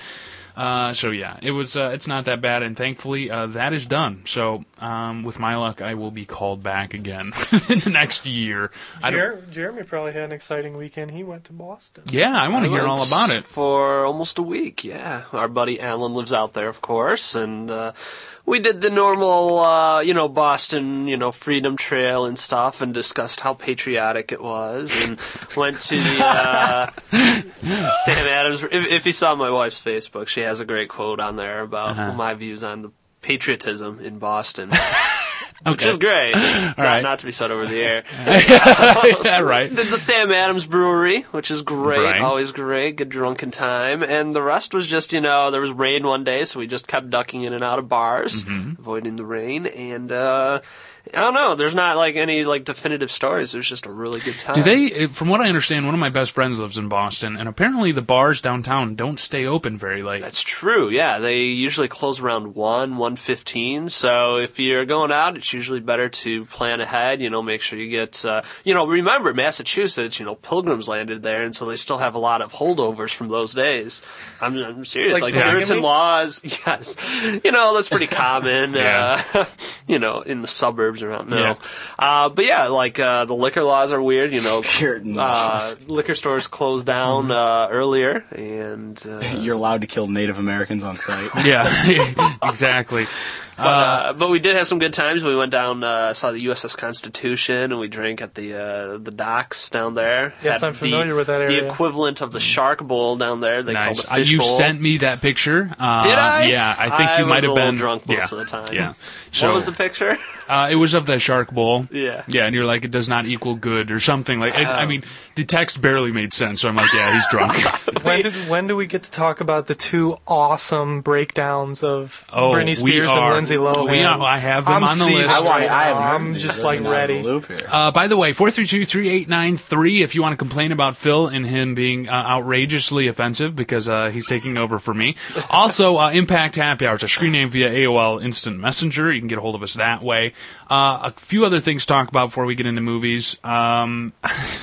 [SPEAKER 3] Uh, so yeah, it was. Uh, it's not that bad, and thankfully uh, that is done. So um, with my luck, I will be called back again in the next year. I don't-
[SPEAKER 4] Jer- Jeremy probably had an exciting weekend. He went to Boston.
[SPEAKER 3] yeah, I want to hear all about it.
[SPEAKER 6] For almost a week, yeah. Our buddy Alan lives out there, of course, and uh, we did the normal, uh, you know, Boston, you know, Freedom Trail and stuff, and discussed how patriotic it was, and went to the uh, Sam Adams. If, if you saw my wife's Facebook, she has a great quote on there about
[SPEAKER 3] Uh-huh.
[SPEAKER 6] my views on the patriotism in Boston. Which
[SPEAKER 3] Okay.
[SPEAKER 6] is great. not,
[SPEAKER 3] right.
[SPEAKER 6] not to be said over the air.
[SPEAKER 3] yeah, right.
[SPEAKER 6] Did the Sam Adams Brewery, which is great,
[SPEAKER 3] Right.
[SPEAKER 6] always great, good drunken time. And the rest was just, you know, there was rain one day, so we just kept ducking in and out of bars,
[SPEAKER 3] Mm-hmm.
[SPEAKER 6] avoiding the rain. And uh, I don't know, there's not like any like definitive stories. There's just a really good time.
[SPEAKER 3] Do they? uh, From what I understand, one of my best friends lives in Boston, and apparently the bars downtown don't stay open very late.
[SPEAKER 6] That's true. Yeah, they usually close around one, one fifteen. So if you're going out, it's usually better to plan ahead. You know, make sure you get. Uh, you know, remember Massachusetts. You know, pilgrims landed there, and so they still have a lot of holdovers from those days. I'm, I'm serious.
[SPEAKER 4] Like
[SPEAKER 6] Like,
[SPEAKER 4] polygamy?
[SPEAKER 6] Puritan laws. Yes, you know that's pretty common.
[SPEAKER 3] Yeah.
[SPEAKER 6] uh, you know, in the suburbs around now.
[SPEAKER 3] Yeah.
[SPEAKER 6] Uh, but yeah, like uh, the liquor laws are weird. You know,
[SPEAKER 5] Puritan
[SPEAKER 6] uh,
[SPEAKER 5] laws.
[SPEAKER 6] liquor stores closed
[SPEAKER 3] Mm-hmm.
[SPEAKER 6] down uh, earlier, and. Uh,
[SPEAKER 5] You're allowed to kill Native Americans on site.
[SPEAKER 3] yeah, exactly.
[SPEAKER 6] Uh, but we did have some good times. We went down, uh, saw the USS Constitution, and we drank at the uh, the docks down there.
[SPEAKER 4] Yes,
[SPEAKER 6] Had
[SPEAKER 4] I'm familiar
[SPEAKER 6] the,
[SPEAKER 4] with that area.
[SPEAKER 6] The equivalent of the Shark Bowl down there. They call it
[SPEAKER 3] Nice. Uh,
[SPEAKER 6] the fish
[SPEAKER 3] you
[SPEAKER 6] bowl.
[SPEAKER 3] sent me that picture. Uh,
[SPEAKER 6] Did I?
[SPEAKER 3] Yeah, I think
[SPEAKER 6] I
[SPEAKER 3] you might
[SPEAKER 6] was a
[SPEAKER 3] have
[SPEAKER 6] little
[SPEAKER 3] been
[SPEAKER 6] drunk most
[SPEAKER 3] yeah,
[SPEAKER 6] of the time.
[SPEAKER 3] Yeah.
[SPEAKER 6] what
[SPEAKER 3] So
[SPEAKER 6] was the picture?
[SPEAKER 3] uh, it was of the shark bowl.
[SPEAKER 6] Yeah. Oh.
[SPEAKER 3] Yeah, and you're like, it does not equal good or something like. It, I mean, the text barely made sense. So I'm like, yeah, he's drunk.
[SPEAKER 4] When did when do we get to talk about the two awesome breakdowns of
[SPEAKER 3] Oh, we
[SPEAKER 4] Britney Spears
[SPEAKER 3] are-
[SPEAKER 4] and Lindsay Lohan?
[SPEAKER 3] we are- I have them
[SPEAKER 4] I'm
[SPEAKER 3] on the
[SPEAKER 4] seized
[SPEAKER 3] list. I
[SPEAKER 5] want-
[SPEAKER 4] right now.
[SPEAKER 5] haven't heard
[SPEAKER 4] I'm
[SPEAKER 5] these.
[SPEAKER 4] just
[SPEAKER 5] I'm
[SPEAKER 4] like
[SPEAKER 5] not in the
[SPEAKER 4] ready.
[SPEAKER 5] loop here.
[SPEAKER 3] Uh, by the way, four three two three eight nine three. If you want to complain about Phil and him being uh, outrageously offensive because uh, he's taking over for me, also uh, Impact Happy Hour. It's a screen name via AOL Instant Messenger. You can get a hold of us that way. Uh, a few other things to talk about before we get into movies. Um,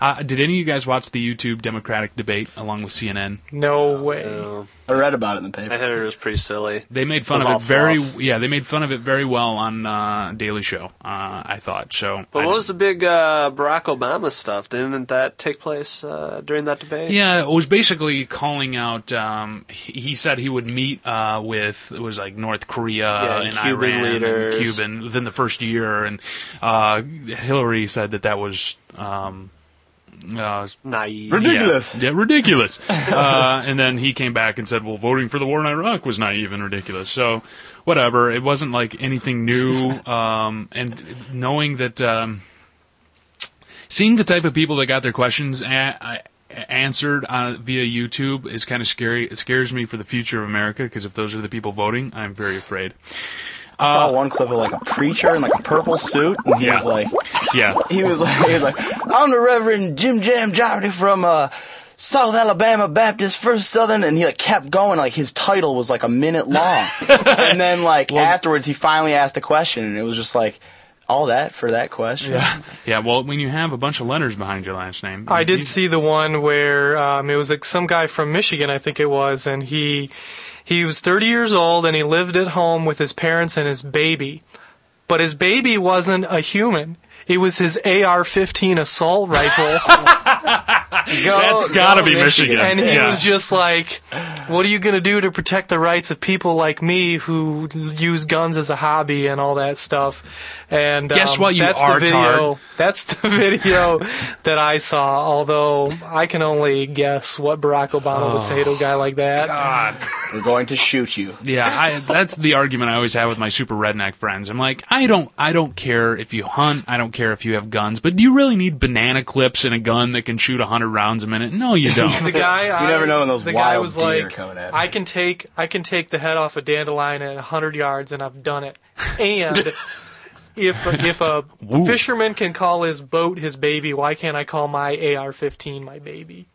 [SPEAKER 3] uh, did any of you guys watch the YouTube Democratic debate along with CNN?
[SPEAKER 4] No way.
[SPEAKER 5] Oh, I read about it in the paper.
[SPEAKER 6] I heard it was pretty silly.
[SPEAKER 3] They made fun
[SPEAKER 6] It was
[SPEAKER 3] of it
[SPEAKER 6] all
[SPEAKER 3] very
[SPEAKER 6] fluff.
[SPEAKER 3] yeah. They made fun of it very well on uh, Daily Show. Uh, I thought so.
[SPEAKER 6] But
[SPEAKER 3] I-
[SPEAKER 6] what was the big uh, Barack Obama stuff? Didn't that take place uh, during that debate?
[SPEAKER 3] Yeah, it was basically calling out. Um, he, he said he would meet uh, with it was like North Korea
[SPEAKER 6] Yeah,
[SPEAKER 3] and
[SPEAKER 6] Cuban
[SPEAKER 3] Iran
[SPEAKER 6] leaders.
[SPEAKER 3] and Cuban within the first year, and uh, Hillary said that that was. Um, uh,
[SPEAKER 6] Naive.
[SPEAKER 5] Ridiculous.
[SPEAKER 3] Yeah, yeah, ridiculous. uh, and then he came back and said, "Well, voting for the war in Iraq was naive and ridiculous." So, whatever. It wasn't like anything new. Um, and knowing that, um, seeing the type of people that got their questions a- a- answered uh, via YouTube is kind of scary. It scares me for the future of America because if those are the people voting, I'm very afraid.
[SPEAKER 5] I saw one clip of like a preacher in like a purple suit, and he
[SPEAKER 3] Yeah.
[SPEAKER 5] was like,
[SPEAKER 3] Yeah.
[SPEAKER 5] he was like, he was like, I'm the Reverend Jim Jam Joverty from uh, South Alabama Baptist First Southern, and he like kept going, like his title was like a minute long, and then like afterwards he finally asked a question, and it was just like, all that for that question.
[SPEAKER 3] Yeah, well, when you have a bunch of letters behind your last name,
[SPEAKER 4] I did
[SPEAKER 3] you-
[SPEAKER 4] see the one where um, it was like some guy from Michigan, I think it was, and he he was 30 years old and he lived at home with his parents and his baby, but his baby wasn't a human. It was his AR-15 assault rifle,
[SPEAKER 5] Go-
[SPEAKER 3] That's gotta
[SPEAKER 5] go
[SPEAKER 3] be Michigan.
[SPEAKER 4] and he
[SPEAKER 3] Yeah.
[SPEAKER 4] was just like, "What are you going to do to protect the rights of people like me who use guns as a hobby and all that stuff?" And
[SPEAKER 3] Guess
[SPEAKER 4] um,
[SPEAKER 3] what, you
[SPEAKER 4] that's
[SPEAKER 3] are
[SPEAKER 4] the video. That's the video that I saw. Although I can only guess what Barack Obama would say to a guy like that.
[SPEAKER 5] We're going to shoot you.
[SPEAKER 3] Yeah, I, that's the argument I always have with my super redneck friends. I'm like, I don't, I don't care if you hunt, I don't care if you have guns, but do you really need banana clips and a gun that can shoot hundred rounds a minute? No, you
[SPEAKER 4] The
[SPEAKER 3] don't.
[SPEAKER 4] guy, I,
[SPEAKER 5] never know when those
[SPEAKER 4] the guy
[SPEAKER 5] wild
[SPEAKER 4] was
[SPEAKER 5] deer
[SPEAKER 4] like,
[SPEAKER 5] coming at you.
[SPEAKER 4] I can take, I can take the head off a dandelion at 100 yards, and I've done it. And if if a fisherman can call his boat his baby, why can't I call my AR-15 my baby?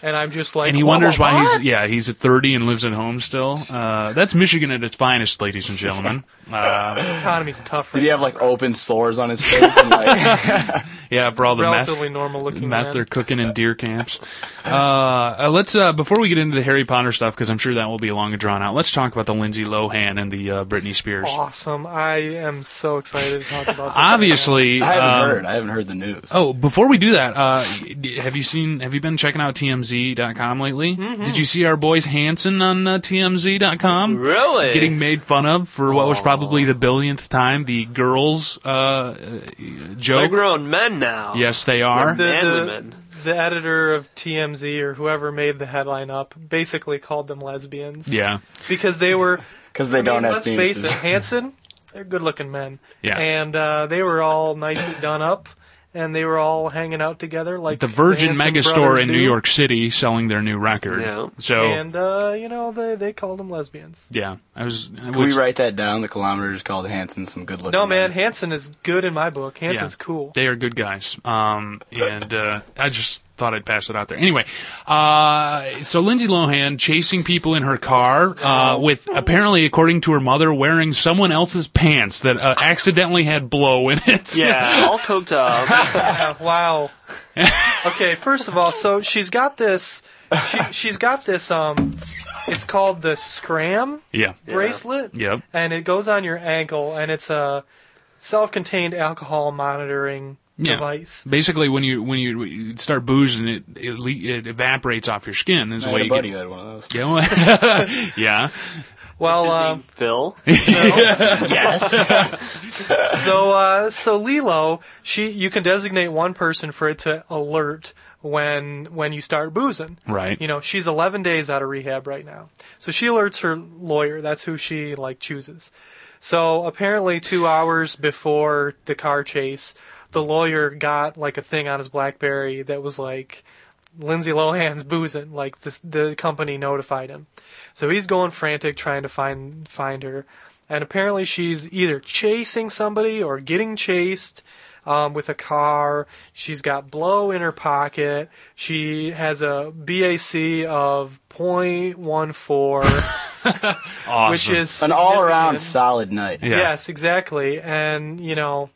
[SPEAKER 4] And I'm just like,
[SPEAKER 3] And he
[SPEAKER 4] "Wha-
[SPEAKER 3] wonders
[SPEAKER 4] wha-
[SPEAKER 3] why
[SPEAKER 4] what?"
[SPEAKER 3] he's yeah he's at 30 and lives at home still. Uh, that's Michigan at its finest, ladies and gentlemen. Uh,
[SPEAKER 4] economy's tough. Right
[SPEAKER 5] Did he have like open sores on his face? And, like,
[SPEAKER 3] yeah, for all the
[SPEAKER 4] now.
[SPEAKER 3] meth,
[SPEAKER 4] relatively normal looking
[SPEAKER 3] meth
[SPEAKER 4] man?
[SPEAKER 3] they're cooking in deer camps. Uh, uh, let's uh, before we get into the Harry Potter stuff because I'm sure that will be long and drawn out. Let's talk about the Lindsay Lohan and the uh, Britney Spears.
[SPEAKER 4] Awesome! I am so excited to talk about. This
[SPEAKER 3] Obviously,
[SPEAKER 5] I haven't
[SPEAKER 3] um,
[SPEAKER 5] heard. I haven't heard the news.
[SPEAKER 3] Oh, before we do that, uh, d- have you seen? Have you been checking out TMZ.com lately?
[SPEAKER 4] Mm-hmm.
[SPEAKER 3] Did you see our boys Hanson on uh, TMZ.com?
[SPEAKER 6] Really?
[SPEAKER 3] Getting made fun of for what was probably the billionth time the girls uh, uh,
[SPEAKER 6] They're
[SPEAKER 3] joke.
[SPEAKER 6] grown men now.
[SPEAKER 3] yes, they are.
[SPEAKER 6] The-
[SPEAKER 4] the,
[SPEAKER 6] And
[SPEAKER 4] the-
[SPEAKER 6] women.
[SPEAKER 4] the editor of TMZ or whoever made the headline up basically called them lesbians.
[SPEAKER 3] yeah,
[SPEAKER 4] Because they were.
[SPEAKER 5] 'Cause they
[SPEAKER 4] I mean,
[SPEAKER 5] don't have
[SPEAKER 4] Let's
[SPEAKER 5] penises.
[SPEAKER 4] face it, Hanson, they're good looking men.
[SPEAKER 3] Yeah.
[SPEAKER 4] And uh, they were all nicely done up, and they were all hanging out together like
[SPEAKER 3] the Virgin
[SPEAKER 4] Hanson
[SPEAKER 3] Megastore
[SPEAKER 4] brothers
[SPEAKER 3] in
[SPEAKER 4] do.
[SPEAKER 3] New York City selling their new record.
[SPEAKER 6] Yeah.
[SPEAKER 3] So
[SPEAKER 4] And, uh, you know, they, they called them lesbians.
[SPEAKER 3] yeah, I was.
[SPEAKER 5] Can we write that down? The kilometers called Hanson some good looking.
[SPEAKER 4] No, man, Hanson is good in my book.
[SPEAKER 3] Yeah.
[SPEAKER 4] Hanson's cool.
[SPEAKER 3] They are good guys. Um, and uh, I just thought I'd pass it out there. Anyway, uh, so Lindsay Lohan chasing people in her car uh, with apparently, according to her mother, wearing someone else's pants that uh, accidentally had blow in it.
[SPEAKER 6] Yeah, all coked up.
[SPEAKER 4] Yeah, Uh, wow. okay, first of all, so she's got this. She, she's got this. Um, it's called the Scram
[SPEAKER 3] yeah.
[SPEAKER 4] bracelet.
[SPEAKER 3] Yep.
[SPEAKER 4] And it goes on your ankle, and it's a self-contained alcohol monitoring
[SPEAKER 3] Yeah.
[SPEAKER 4] device.
[SPEAKER 3] Basically, when you when you- you start boozing, it it, le- it evaporates off your skin. Is the
[SPEAKER 5] I
[SPEAKER 3] way
[SPEAKER 5] had a
[SPEAKER 3] you
[SPEAKER 5] buddy
[SPEAKER 3] get.
[SPEAKER 5] who had one of those.
[SPEAKER 3] Yeah, well- yeah.
[SPEAKER 6] What's
[SPEAKER 4] Well,
[SPEAKER 6] his
[SPEAKER 4] um,
[SPEAKER 6] name? Phil.
[SPEAKER 5] Yes.
[SPEAKER 4] so uh, so Lilo, she you can designate one person for it to alert when when you start boozing.
[SPEAKER 3] Right.
[SPEAKER 4] You know, she's 11 days out of rehab right now. So she alerts her lawyer. That's who she like chooses. So apparently 2 hours before the car chase, the lawyer got like a thing on his BlackBerry that was like Lindsay Lohan's boozing. Like this, the company notified him, so he's going frantic trying to find find her. And apparently, she's either chasing somebody or getting chased. um, with a car. She's got blow in her pocket. She has a BAC of 0.14,
[SPEAKER 3] Awesome.
[SPEAKER 4] which is
[SPEAKER 5] An all around
[SPEAKER 4] significant.
[SPEAKER 5] solid night.
[SPEAKER 3] Yeah.
[SPEAKER 4] Yes, exactly. And, you know,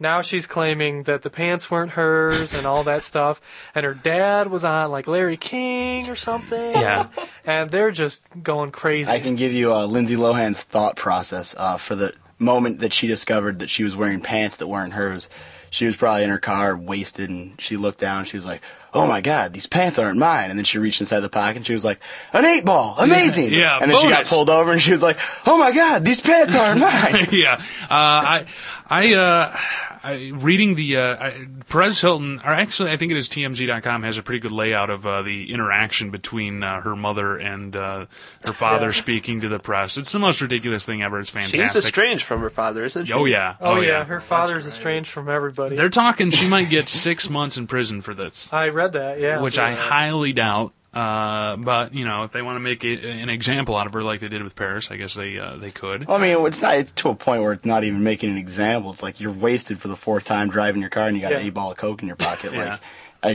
[SPEAKER 4] now she's claiming that the pants weren't hers and all that stuff. And her dad was on like Larry King or something.
[SPEAKER 3] Yeah.
[SPEAKER 4] And they're just going crazy.
[SPEAKER 5] I can give you uh, Lindsay Lohan's thought process uh, for the moment that she discovered that she was wearing pants that weren't hers. She was probably in her car, wasted, and she looked down. and She was like, "Oh my god, these pants aren't mine!" And then she reached inside the pocket and she was like, "An eight ball, amazing!"
[SPEAKER 3] Yeah,
[SPEAKER 5] and then she got
[SPEAKER 3] bonus.
[SPEAKER 5] pulled over and she was like, "Oh my god, these pants aren't mine!"
[SPEAKER 3] yeah. Uh, I, I, uh, I, reading the uh, I, Perez Hilton, or actually, I think it is TMZ.com has a pretty good layout of uh, the interaction between uh, her mother and uh, her father speaking to the press. It's the most ridiculous thing ever. It's fantastic.
[SPEAKER 6] She's estranged from her father, isn't she?
[SPEAKER 3] Oh yeah.
[SPEAKER 4] oh, yeah. Her father's estranged from everybody.
[SPEAKER 3] They're talking. She might get six months in prison for this.
[SPEAKER 4] I read that, yeah.
[SPEAKER 3] which I highly doubt. Uh, but you know, if they want to make it an example out of her like they did with Paris, I guess they uh, they could.
[SPEAKER 5] I mean, it's not. It's to a point where it's not even making an example. It's like you're wasted for the fourth time driving your car and you got an
[SPEAKER 4] Yeah.
[SPEAKER 5] eight ball of coke in your pocket.
[SPEAKER 3] Yeah.
[SPEAKER 5] Like,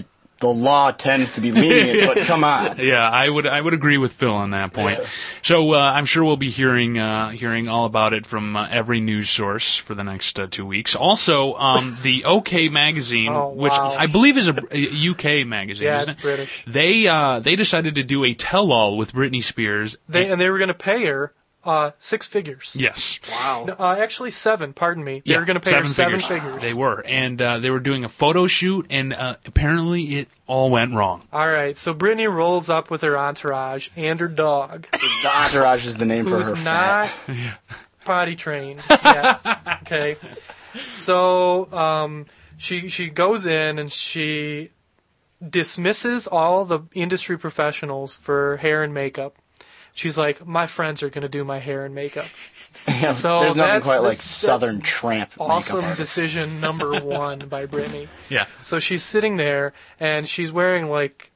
[SPEAKER 5] I, the law tends to be lenient, but come on.
[SPEAKER 3] Yeah, I would I would agree with Phil on that point. So uh, I'm sure we'll be hearing uh, hearing all about it from uh, every news source for the next uh, two weeks. Also, um, the OK magazine,
[SPEAKER 4] Oh,
[SPEAKER 3] which
[SPEAKER 4] wow.
[SPEAKER 3] I believe is a, a UK magazine,
[SPEAKER 4] Yeah,
[SPEAKER 3] isn't
[SPEAKER 4] it's
[SPEAKER 3] it?
[SPEAKER 4] British.
[SPEAKER 3] They uh, they decided to do a tell all with Britney Spears.
[SPEAKER 4] They, and they were going to pay her uh, six figures.
[SPEAKER 3] yes.
[SPEAKER 6] Wow.
[SPEAKER 4] No, uh, actually, seven, pardon me. They
[SPEAKER 3] Yeah,
[SPEAKER 4] were going to pay her seven figures.
[SPEAKER 3] They were, and uh, they were doing a photo shoot, and uh, apparently it all went wrong.
[SPEAKER 4] All right, so Brittany rolls up with her entourage and her dog.
[SPEAKER 5] The entourage is the name for her
[SPEAKER 4] who's
[SPEAKER 5] fat.
[SPEAKER 4] not potty trained. Yeah. okay. So um, she she goes in and she dismisses all the industry professionals for hair and makeup. She's like, my friends are gonna do my hair and makeup.
[SPEAKER 5] Yeah,
[SPEAKER 4] So
[SPEAKER 5] there's nothing
[SPEAKER 4] that's-
[SPEAKER 5] quite like
[SPEAKER 4] that's- that's
[SPEAKER 5] Southern tramp
[SPEAKER 4] Awesome
[SPEAKER 5] makeup artist.
[SPEAKER 4] decision number one by Brittany.
[SPEAKER 3] Yeah,
[SPEAKER 4] So she's sitting there and she's wearing like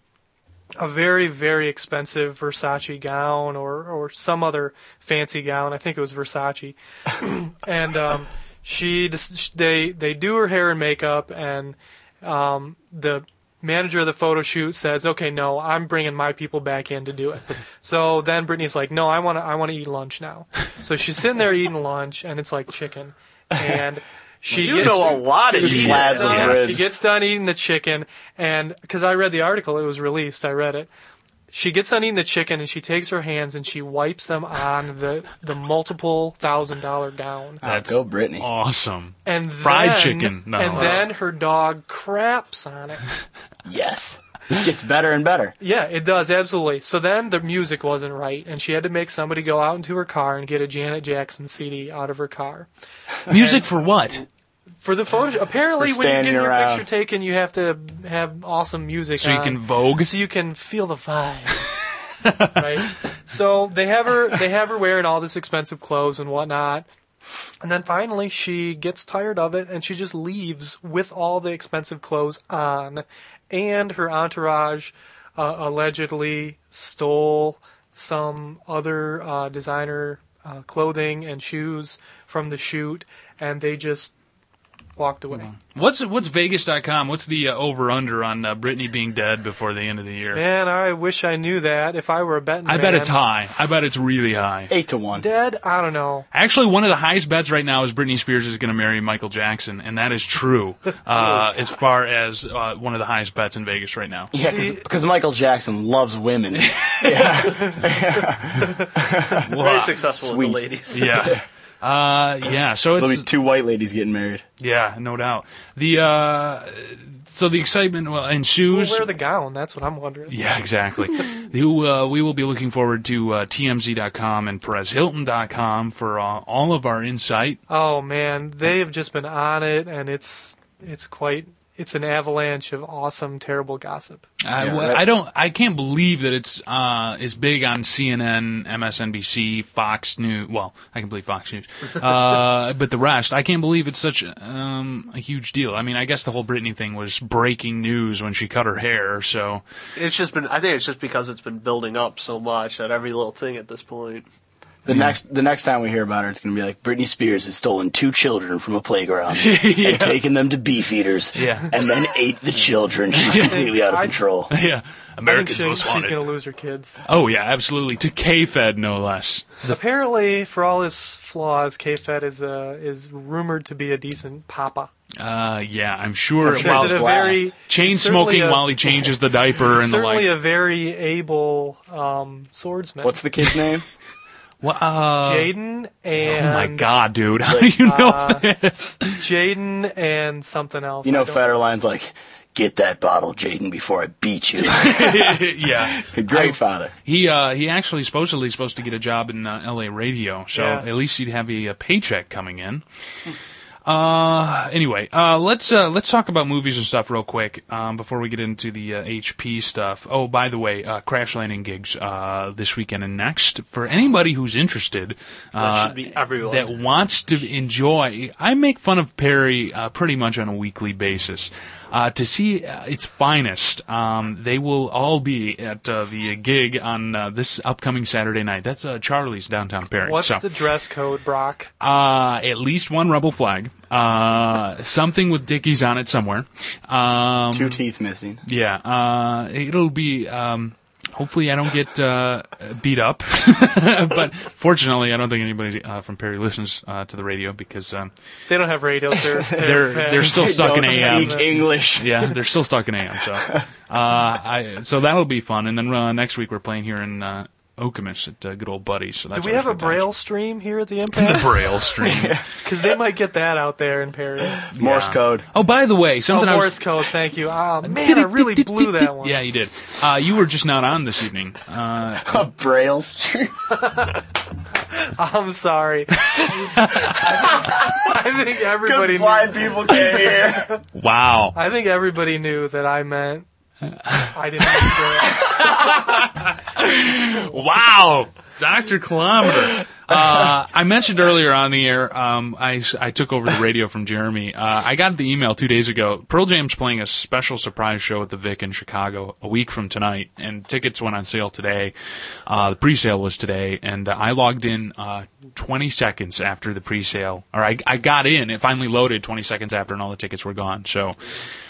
[SPEAKER 4] a very very expensive Versace gown or or some other fancy gown. I think it was Versace. and um, she just, they they do her hair and makeup and um, the manager of the photo shoot says, "Okay, no, I'm bringing my people back in to do it." so then Brittany's like, "No, I want to I want to eat lunch now." So she's sitting there eating lunch and it's like chicken and she
[SPEAKER 6] You
[SPEAKER 4] gets
[SPEAKER 6] know a lot of
[SPEAKER 5] Just
[SPEAKER 6] these.
[SPEAKER 5] slabs of
[SPEAKER 4] done-
[SPEAKER 5] ribs.
[SPEAKER 4] She gets done eating the chicken, and because I read the article, it was released. I read it. She gets done eating the chicken, and she takes her hands and she wipes them on the the multiple thousand dollar gown.
[SPEAKER 5] Ah, go Brittany.
[SPEAKER 3] awesome.
[SPEAKER 4] And
[SPEAKER 3] Fried
[SPEAKER 4] then-
[SPEAKER 3] chicken. No,
[SPEAKER 4] and
[SPEAKER 3] wow.
[SPEAKER 4] then her dog craps on it.
[SPEAKER 5] Yes. This gets better and better.
[SPEAKER 4] Yeah, it does absolutely. So then the music wasn't right, and she had to make somebody go out into her car and get a Janet Jackson CD out of her car.
[SPEAKER 3] Music for
[SPEAKER 4] Uh,
[SPEAKER 3] what?
[SPEAKER 4] For the photo, apparently
[SPEAKER 5] For
[SPEAKER 4] when you get
[SPEAKER 5] standing
[SPEAKER 4] your
[SPEAKER 5] around.
[SPEAKER 4] picture taken, you have to have awesome music.
[SPEAKER 3] So you
[SPEAKER 4] on.
[SPEAKER 3] can vogue.
[SPEAKER 4] so you can feel the vibe. right? So they have her they have her wearing all this expensive clothes and whatnot. And then finally she gets tired of it and she just leaves with all the expensive clothes on. And her entourage uh, allegedly stole some other uh, designer uh, clothing and shoes from the shoot and they just walked away.
[SPEAKER 3] Mm-hmm. What's what's Vegas.com? What's the uh, over under on uh, Britney being dead before the end of the year?
[SPEAKER 4] Man, I wish I knew that. If I were a betting
[SPEAKER 3] I bet
[SPEAKER 4] man.
[SPEAKER 3] it's high. I bet it's really high.
[SPEAKER 5] Eight to one.
[SPEAKER 4] Dead? I don't know.
[SPEAKER 3] Actually, one of the highest bets right now is Britney Spears is going to marry Michael Jackson, and that is true uh, as far as uh, one of the highest bets in Vegas right now.
[SPEAKER 5] Yeah, because Michael Jackson loves women.
[SPEAKER 6] Very successful with
[SPEAKER 5] Sweet.
[SPEAKER 6] the ladies.
[SPEAKER 3] Yeah. Uh, yeah. So it's
[SPEAKER 5] There'll be two white ladies getting married.
[SPEAKER 3] Yeah, no doubt. The uh, so the excitement well,
[SPEAKER 4] Who
[SPEAKER 3] ensues.
[SPEAKER 4] wear the gown? That's what I'm wondering.
[SPEAKER 3] yeah, exactly. Who uh, we will be looking forward to uh, TMZ.com and PerezHilton.com for uh, all of our insight.
[SPEAKER 4] Oh man, they have just been on it, and it's it's quite it's an avalanche of awesome, terrible gossip.
[SPEAKER 3] I,
[SPEAKER 5] Yeah,
[SPEAKER 3] wa-
[SPEAKER 5] that-
[SPEAKER 3] I don't. I can't believe that it's uh, is big on CNN, MSNBC, Fox News. Well, I can believe Fox News, uh, but the rest, I can't believe it's such um, a huge deal. I mean, I guess the whole Britney thing was breaking news when she cut her hair. So
[SPEAKER 6] It's just been. I think it's just because it's been building up so much at every little thing at this point.
[SPEAKER 5] The next the next time we hear about her, it's gonna be like Britney Spears has stolen two children from a playground and taken them to beefeaters,
[SPEAKER 3] Yeah.
[SPEAKER 5] and then ate the children. She's completely out of
[SPEAKER 4] I-
[SPEAKER 5] control.
[SPEAKER 3] yeah,
[SPEAKER 4] I think
[SPEAKER 3] Americans
[SPEAKER 4] she-
[SPEAKER 3] most
[SPEAKER 4] she's
[SPEAKER 3] wanted.
[SPEAKER 4] going to lose her kids.
[SPEAKER 3] Oh yeah, absolutely. To K-Fed, no less.
[SPEAKER 4] Apparently, for all his flaws, K-Fed is uh, is rumored to be a decent papa.
[SPEAKER 3] Uh, yeah, I'm sure.
[SPEAKER 5] I'm sure
[SPEAKER 3] while-
[SPEAKER 4] Is it a
[SPEAKER 5] Blast.
[SPEAKER 4] very
[SPEAKER 3] chain
[SPEAKER 4] he's certainly
[SPEAKER 3] smoking
[SPEAKER 4] a-
[SPEAKER 3] while he changes the diaper and the
[SPEAKER 4] certainly
[SPEAKER 3] like.
[SPEAKER 4] a very able um, swordsman.
[SPEAKER 5] What's the kid's name?
[SPEAKER 3] Wha- uh,
[SPEAKER 4] Jaden and
[SPEAKER 3] oh my god, dude! How do you know
[SPEAKER 4] uh,
[SPEAKER 3] this?
[SPEAKER 4] Jaden and something else.
[SPEAKER 5] You
[SPEAKER 4] I
[SPEAKER 5] know,
[SPEAKER 4] don't-
[SPEAKER 5] Federline's like, get that bottle, Jaden, before I beat you.
[SPEAKER 3] yeah,
[SPEAKER 5] Great father.
[SPEAKER 3] he uh, he actually supposedly supposed to get a job in uh, L.A. radio, so
[SPEAKER 4] Yeah.
[SPEAKER 3] at least he'd have a, uh paycheck coming in. Uh, anyway, uh, let's uh, let's talk about movies and stuff real quick um, before we get into the uh, HP stuff. Oh, by the way, uh, Crash Landing gigs uh, this weekend and next for anybody who's interested. Uh,
[SPEAKER 6] That should be everyone.
[SPEAKER 3] that wants to enjoy. I make fun of Perry uh, pretty much on a weekly basis. Uh, to see uh, its finest, um, they will all be at uh, the gig on uh, this upcoming Saturday night. That's uh, Charlie's downtown Perry.
[SPEAKER 4] What's
[SPEAKER 3] So,
[SPEAKER 4] the dress code, Brock?
[SPEAKER 3] uh, at least one rebel flag, uh, something with Dickies on it somewhere. Um,
[SPEAKER 5] Two teeth missing.
[SPEAKER 3] yeah, uh, it'll be. Um, hopefully, I don't get uh, beat up. but fortunately, I don't think anybody uh, from Perry listens uh, to the radio because um,
[SPEAKER 4] They don't have radios. They're
[SPEAKER 3] they're they're still stuck in um,
[SPEAKER 5] Don't
[SPEAKER 6] E
[SPEAKER 3] AM.
[SPEAKER 5] speak English.
[SPEAKER 3] Yeah, they're still stuck in AM. So, uh, I so that'll be fun. And then uh, next week we're playing here in uh, Okemos at uh, good old buddies. So
[SPEAKER 4] Do
[SPEAKER 3] that's
[SPEAKER 4] we have a
[SPEAKER 3] always good times.
[SPEAKER 4] braille stream here at the
[SPEAKER 3] The
[SPEAKER 4] impact?
[SPEAKER 3] braille stream.
[SPEAKER 4] Because they might get that out there in Perry.
[SPEAKER 5] Morse code.
[SPEAKER 3] Oh, by the way,
[SPEAKER 4] Oh,
[SPEAKER 3] something I was.
[SPEAKER 4] Morse code. Thank you. Ah, man, I really blew that one.
[SPEAKER 3] Yeah, you did. Uh, you were just not on this evening. Uh,
[SPEAKER 5] A braille stream.
[SPEAKER 4] I'm sorry. I think everybody.
[SPEAKER 5] Because
[SPEAKER 4] Knew,
[SPEAKER 5] blind people can't hear.
[SPEAKER 3] wow.
[SPEAKER 4] I think everybody knew that I meant. I didn't. Like braille.
[SPEAKER 3] Wow, Doctor Kilometer. Uh, I mentioned earlier on the air. Um, I, s- I took over the radio from Jeremy. Uh, I got the email two days ago. Pearl Jam's playing a special surprise show at the Vic in Chicago a week from tonight, and tickets went on sale today. Uh, the pre-sale was today, and uh, I logged in uh, 20 seconds after the pre-sale, or I, I got in. It finally loaded 20 seconds after, and all the tickets were gone. So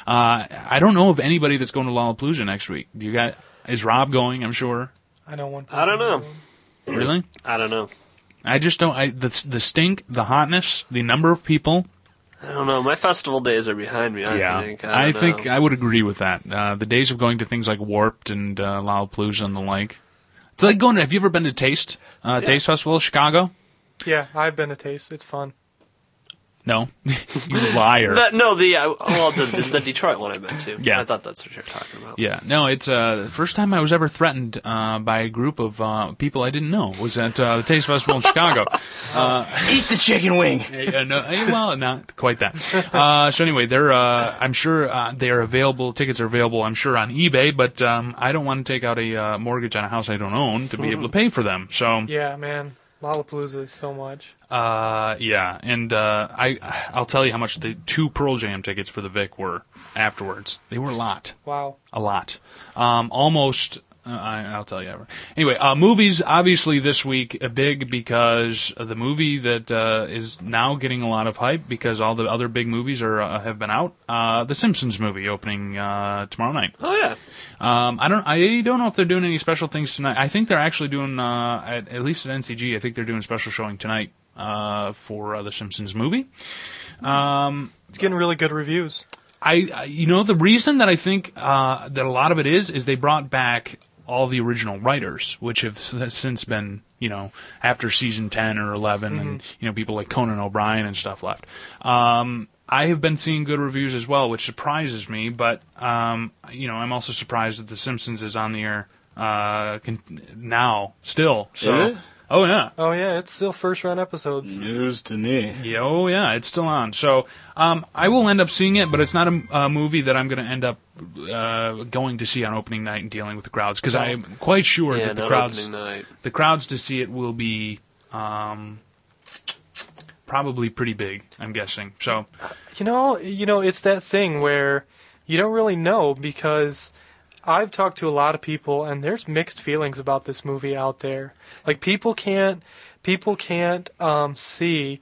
[SPEAKER 3] uh, I don't know of anybody that's going to Lollapalooza next week. Do you got? Is Rob going? I'm sure.
[SPEAKER 4] I don't want.
[SPEAKER 6] I don't know.
[SPEAKER 3] Really?
[SPEAKER 6] I don't know.
[SPEAKER 3] I just don't. I the the stink, the hotness, the number of people.
[SPEAKER 6] I don't know. My festival days are behind me. I think. I,
[SPEAKER 3] I,
[SPEAKER 6] don't
[SPEAKER 3] think
[SPEAKER 6] know.
[SPEAKER 3] I would agree with that. Uh, the days of going to things like Warped and uh, Lollapalooza and the like. It's like going. to... Have you ever been to Taste? Uh, Taste Festival, Chicago?
[SPEAKER 4] Yeah, I've been to Taste. It's fun.
[SPEAKER 3] No, you liar.
[SPEAKER 6] That- no, the uh, well, the, the Detroit one I meant to.
[SPEAKER 3] Yeah.
[SPEAKER 6] I thought that's what you were talking about.
[SPEAKER 3] yeah, no, it's uh, the first time I was ever threatened uh, by a group of uh, people I didn't know was at uh, the Taste Festival in Chicago.
[SPEAKER 5] Eat the chicken wing.
[SPEAKER 3] Yeah, no, eh, well, not quite that. Uh, so anyway, they're uh, I'm sure uh, they are available. Tickets are available. I'm sure on eBay, but um, I don't want to take out a uh, mortgage on a house I don't own to be able to pay for them. So
[SPEAKER 4] Yeah, man. Lollapalooza is so much.
[SPEAKER 3] uh, yeah, and uh, I I'll tell you how much the two Pearl Jam tickets for the Vic were afterwards. They were a lot
[SPEAKER 4] Wow.
[SPEAKER 3] a lot. Um, almost. Uh, I, I'll tell you. Anyway, uh, movies obviously this week uh, big because the movie that uh, is now getting a lot of hype because all the other big movies are uh, have been out. Uh, the Simpsons movie opening uh, tomorrow night.
[SPEAKER 6] Oh yeah.
[SPEAKER 3] Um, I don't. I don't know if they're doing any special things tonight. I think they're actually doing uh, at, at least at NCG. I think they're doing special showing tonight uh, for uh, the Simpsons movie.
[SPEAKER 4] It's getting really good reviews.
[SPEAKER 3] I, I- you know, the reason that I think uh, that a lot of it is is they brought back all the original writers, which have s- since been, you know, after season ten or 11 and
[SPEAKER 5] Mm-hmm.
[SPEAKER 3] you know people like Conan O'Brien and stuff left. Um, I have been seeing good reviews as well, which surprises me. But um, you know, I'm also surprised that The Simpsons is on the air uh, con- now still. So,
[SPEAKER 5] Is it?
[SPEAKER 3] oh yeah,
[SPEAKER 4] Oh yeah, it's still first run episodes.
[SPEAKER 5] News to me.
[SPEAKER 3] yeah, oh yeah, it's still on. So um, I will end up seeing it, but it's not a, a movie that I'm going to end up uh, going to see on opening night and dealing with the crowds because I'm quite sure
[SPEAKER 6] Yeah,
[SPEAKER 3] that the
[SPEAKER 6] not
[SPEAKER 3] crowds
[SPEAKER 6] opening night.
[SPEAKER 3] the crowds to see it will be um, probably pretty big. I'm guessing. So
[SPEAKER 4] You know, you know, it's that thing where you don't really know because I've talked to a lot of people and there's mixed feelings about this movie out there. Like people can't people can't um, see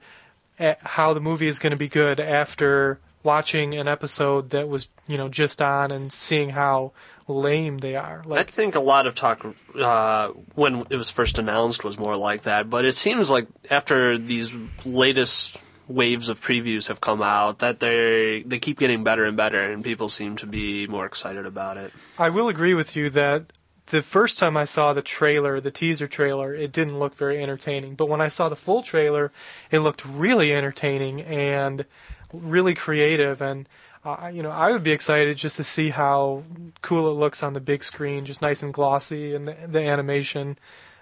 [SPEAKER 4] a how the movie is going to be good after watching an episode that was you know just on and seeing how lame they are.
[SPEAKER 6] I
[SPEAKER 4] Like
[SPEAKER 6] think a lot of talk uh, when it was first announced was more like that, but it seems like after these latest waves of previews have come out, that they they keep getting better and better, and people seem to be more excited about it.
[SPEAKER 4] I will agree with you that the first time I saw the trailer, the teaser trailer, it didn't look very entertaining. But when I saw the full trailer, it looked really entertaining and really creative. And uh, you know, I would be excited just to see how cool it looks on the big screen, just nice and glossy, and the, the animation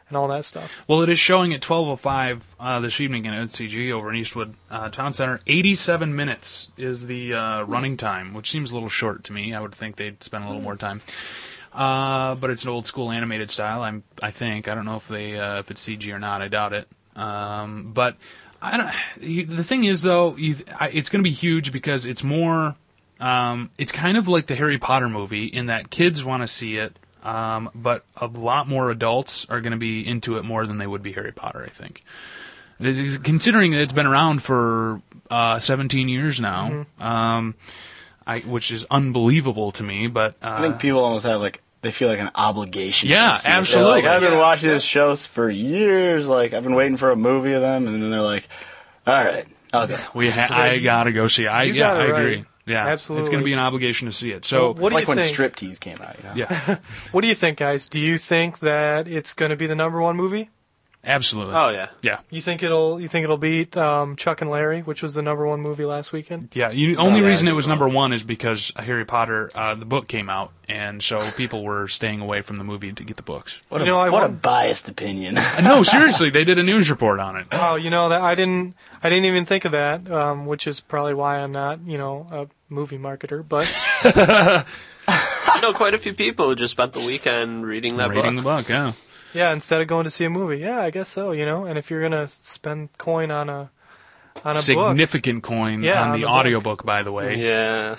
[SPEAKER 4] and all that stuff.
[SPEAKER 3] Well, it is showing at 12:05 uh, this evening in OCG over in Eastwood uh, Town Center. 87 minutes is the uh, running time, which seems a little short to me. I would think they'd spend a
[SPEAKER 6] Hmm.
[SPEAKER 3] little more time. Uh, but it's an old school animated style. I'm, I think. I don't know if they, uh, if it's CG or not. I doubt it. Um, but I don't. you- The thing is, though, you, I, it's going to be huge because it's more. Um, it's kind of like the Harry Potter movie in that kids want to see it, um, but a lot more adults are going to be into it more than they would be Harry Potter. I think, It is- considering that it's been around for uh, 17 years now. Um, I, which is unbelievable to me, but uh,
[SPEAKER 5] I think people almost have like they feel like an obligation.
[SPEAKER 3] Yeah,
[SPEAKER 5] to see it. They're
[SPEAKER 3] absolutely.
[SPEAKER 5] Like, I've been
[SPEAKER 4] Yeah,
[SPEAKER 5] watching this shows for years. Like I've been waiting for a movie of them, and then they're like, "All right, Oh, I'll go."
[SPEAKER 3] We ha- I gotta go see. it. I
[SPEAKER 4] You
[SPEAKER 3] yeah,
[SPEAKER 4] got
[SPEAKER 3] I
[SPEAKER 4] it right.
[SPEAKER 3] agree. Yeah,
[SPEAKER 4] Absolutely.
[SPEAKER 3] It's gonna be an obligation to see it. So
[SPEAKER 4] What
[SPEAKER 5] It's
[SPEAKER 4] do
[SPEAKER 5] like
[SPEAKER 4] you
[SPEAKER 5] when
[SPEAKER 4] think?
[SPEAKER 5] striptease came out. You know?
[SPEAKER 3] yeah,
[SPEAKER 4] what do you think, guys? Do you think that it's going to be the number one movie?
[SPEAKER 3] absolutely.
[SPEAKER 6] Oh yeah,
[SPEAKER 3] yeah,
[SPEAKER 4] You think it'll you think it'll beat um, Chuck and Larry, which was the number one movie last weekend?
[SPEAKER 3] yeah. You, only
[SPEAKER 5] yeah,
[SPEAKER 3] reason
[SPEAKER 5] I
[SPEAKER 3] it was
[SPEAKER 5] agree.
[SPEAKER 3] number one is because Harry Potter, uh, the book came out, and so people were staying away from the movie to get the books.
[SPEAKER 5] What,
[SPEAKER 4] You
[SPEAKER 5] a,
[SPEAKER 4] know, I
[SPEAKER 5] what a
[SPEAKER 4] want-
[SPEAKER 5] biased opinion.
[SPEAKER 3] Uh, no, seriously, they did a news report on it.
[SPEAKER 4] Oh, you know that I didn't. I didn't even think of that, um, which is probably why I'm not, you know, a movie marketer. But
[SPEAKER 6] I know quite a few people who just spent the weekend reading that
[SPEAKER 3] Reading
[SPEAKER 6] book.
[SPEAKER 3] the book, yeah.
[SPEAKER 4] yeah, instead of going to see a movie, yeah, I guess so. You know, and if you're gonna spend coin on a on a book,
[SPEAKER 3] Significant coin
[SPEAKER 4] Yeah,
[SPEAKER 3] on
[SPEAKER 4] on
[SPEAKER 3] the,
[SPEAKER 4] the book.
[SPEAKER 3] audiobook, by the way.
[SPEAKER 6] Yeah,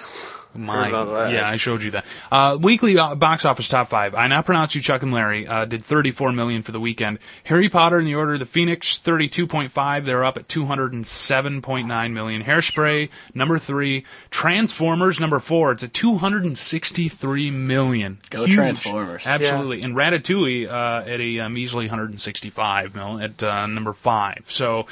[SPEAKER 3] My,
[SPEAKER 6] Heard about that.
[SPEAKER 3] yeah, I showed you that. Uh, weekly uh, box office top five. I now pronounce you Chuck and Larry. Uh, did 34 million for the weekend. Harry Potter and the Order of the Phoenix 32.5. They're up at 207.9 million. Hairspray number three. Transformers number four. It's at 263 million.
[SPEAKER 5] Go
[SPEAKER 3] Huge.
[SPEAKER 5] Transformers.
[SPEAKER 3] Absolutely. And Ratatouille uh, at a uh, measly 165 mil at uh, number five. So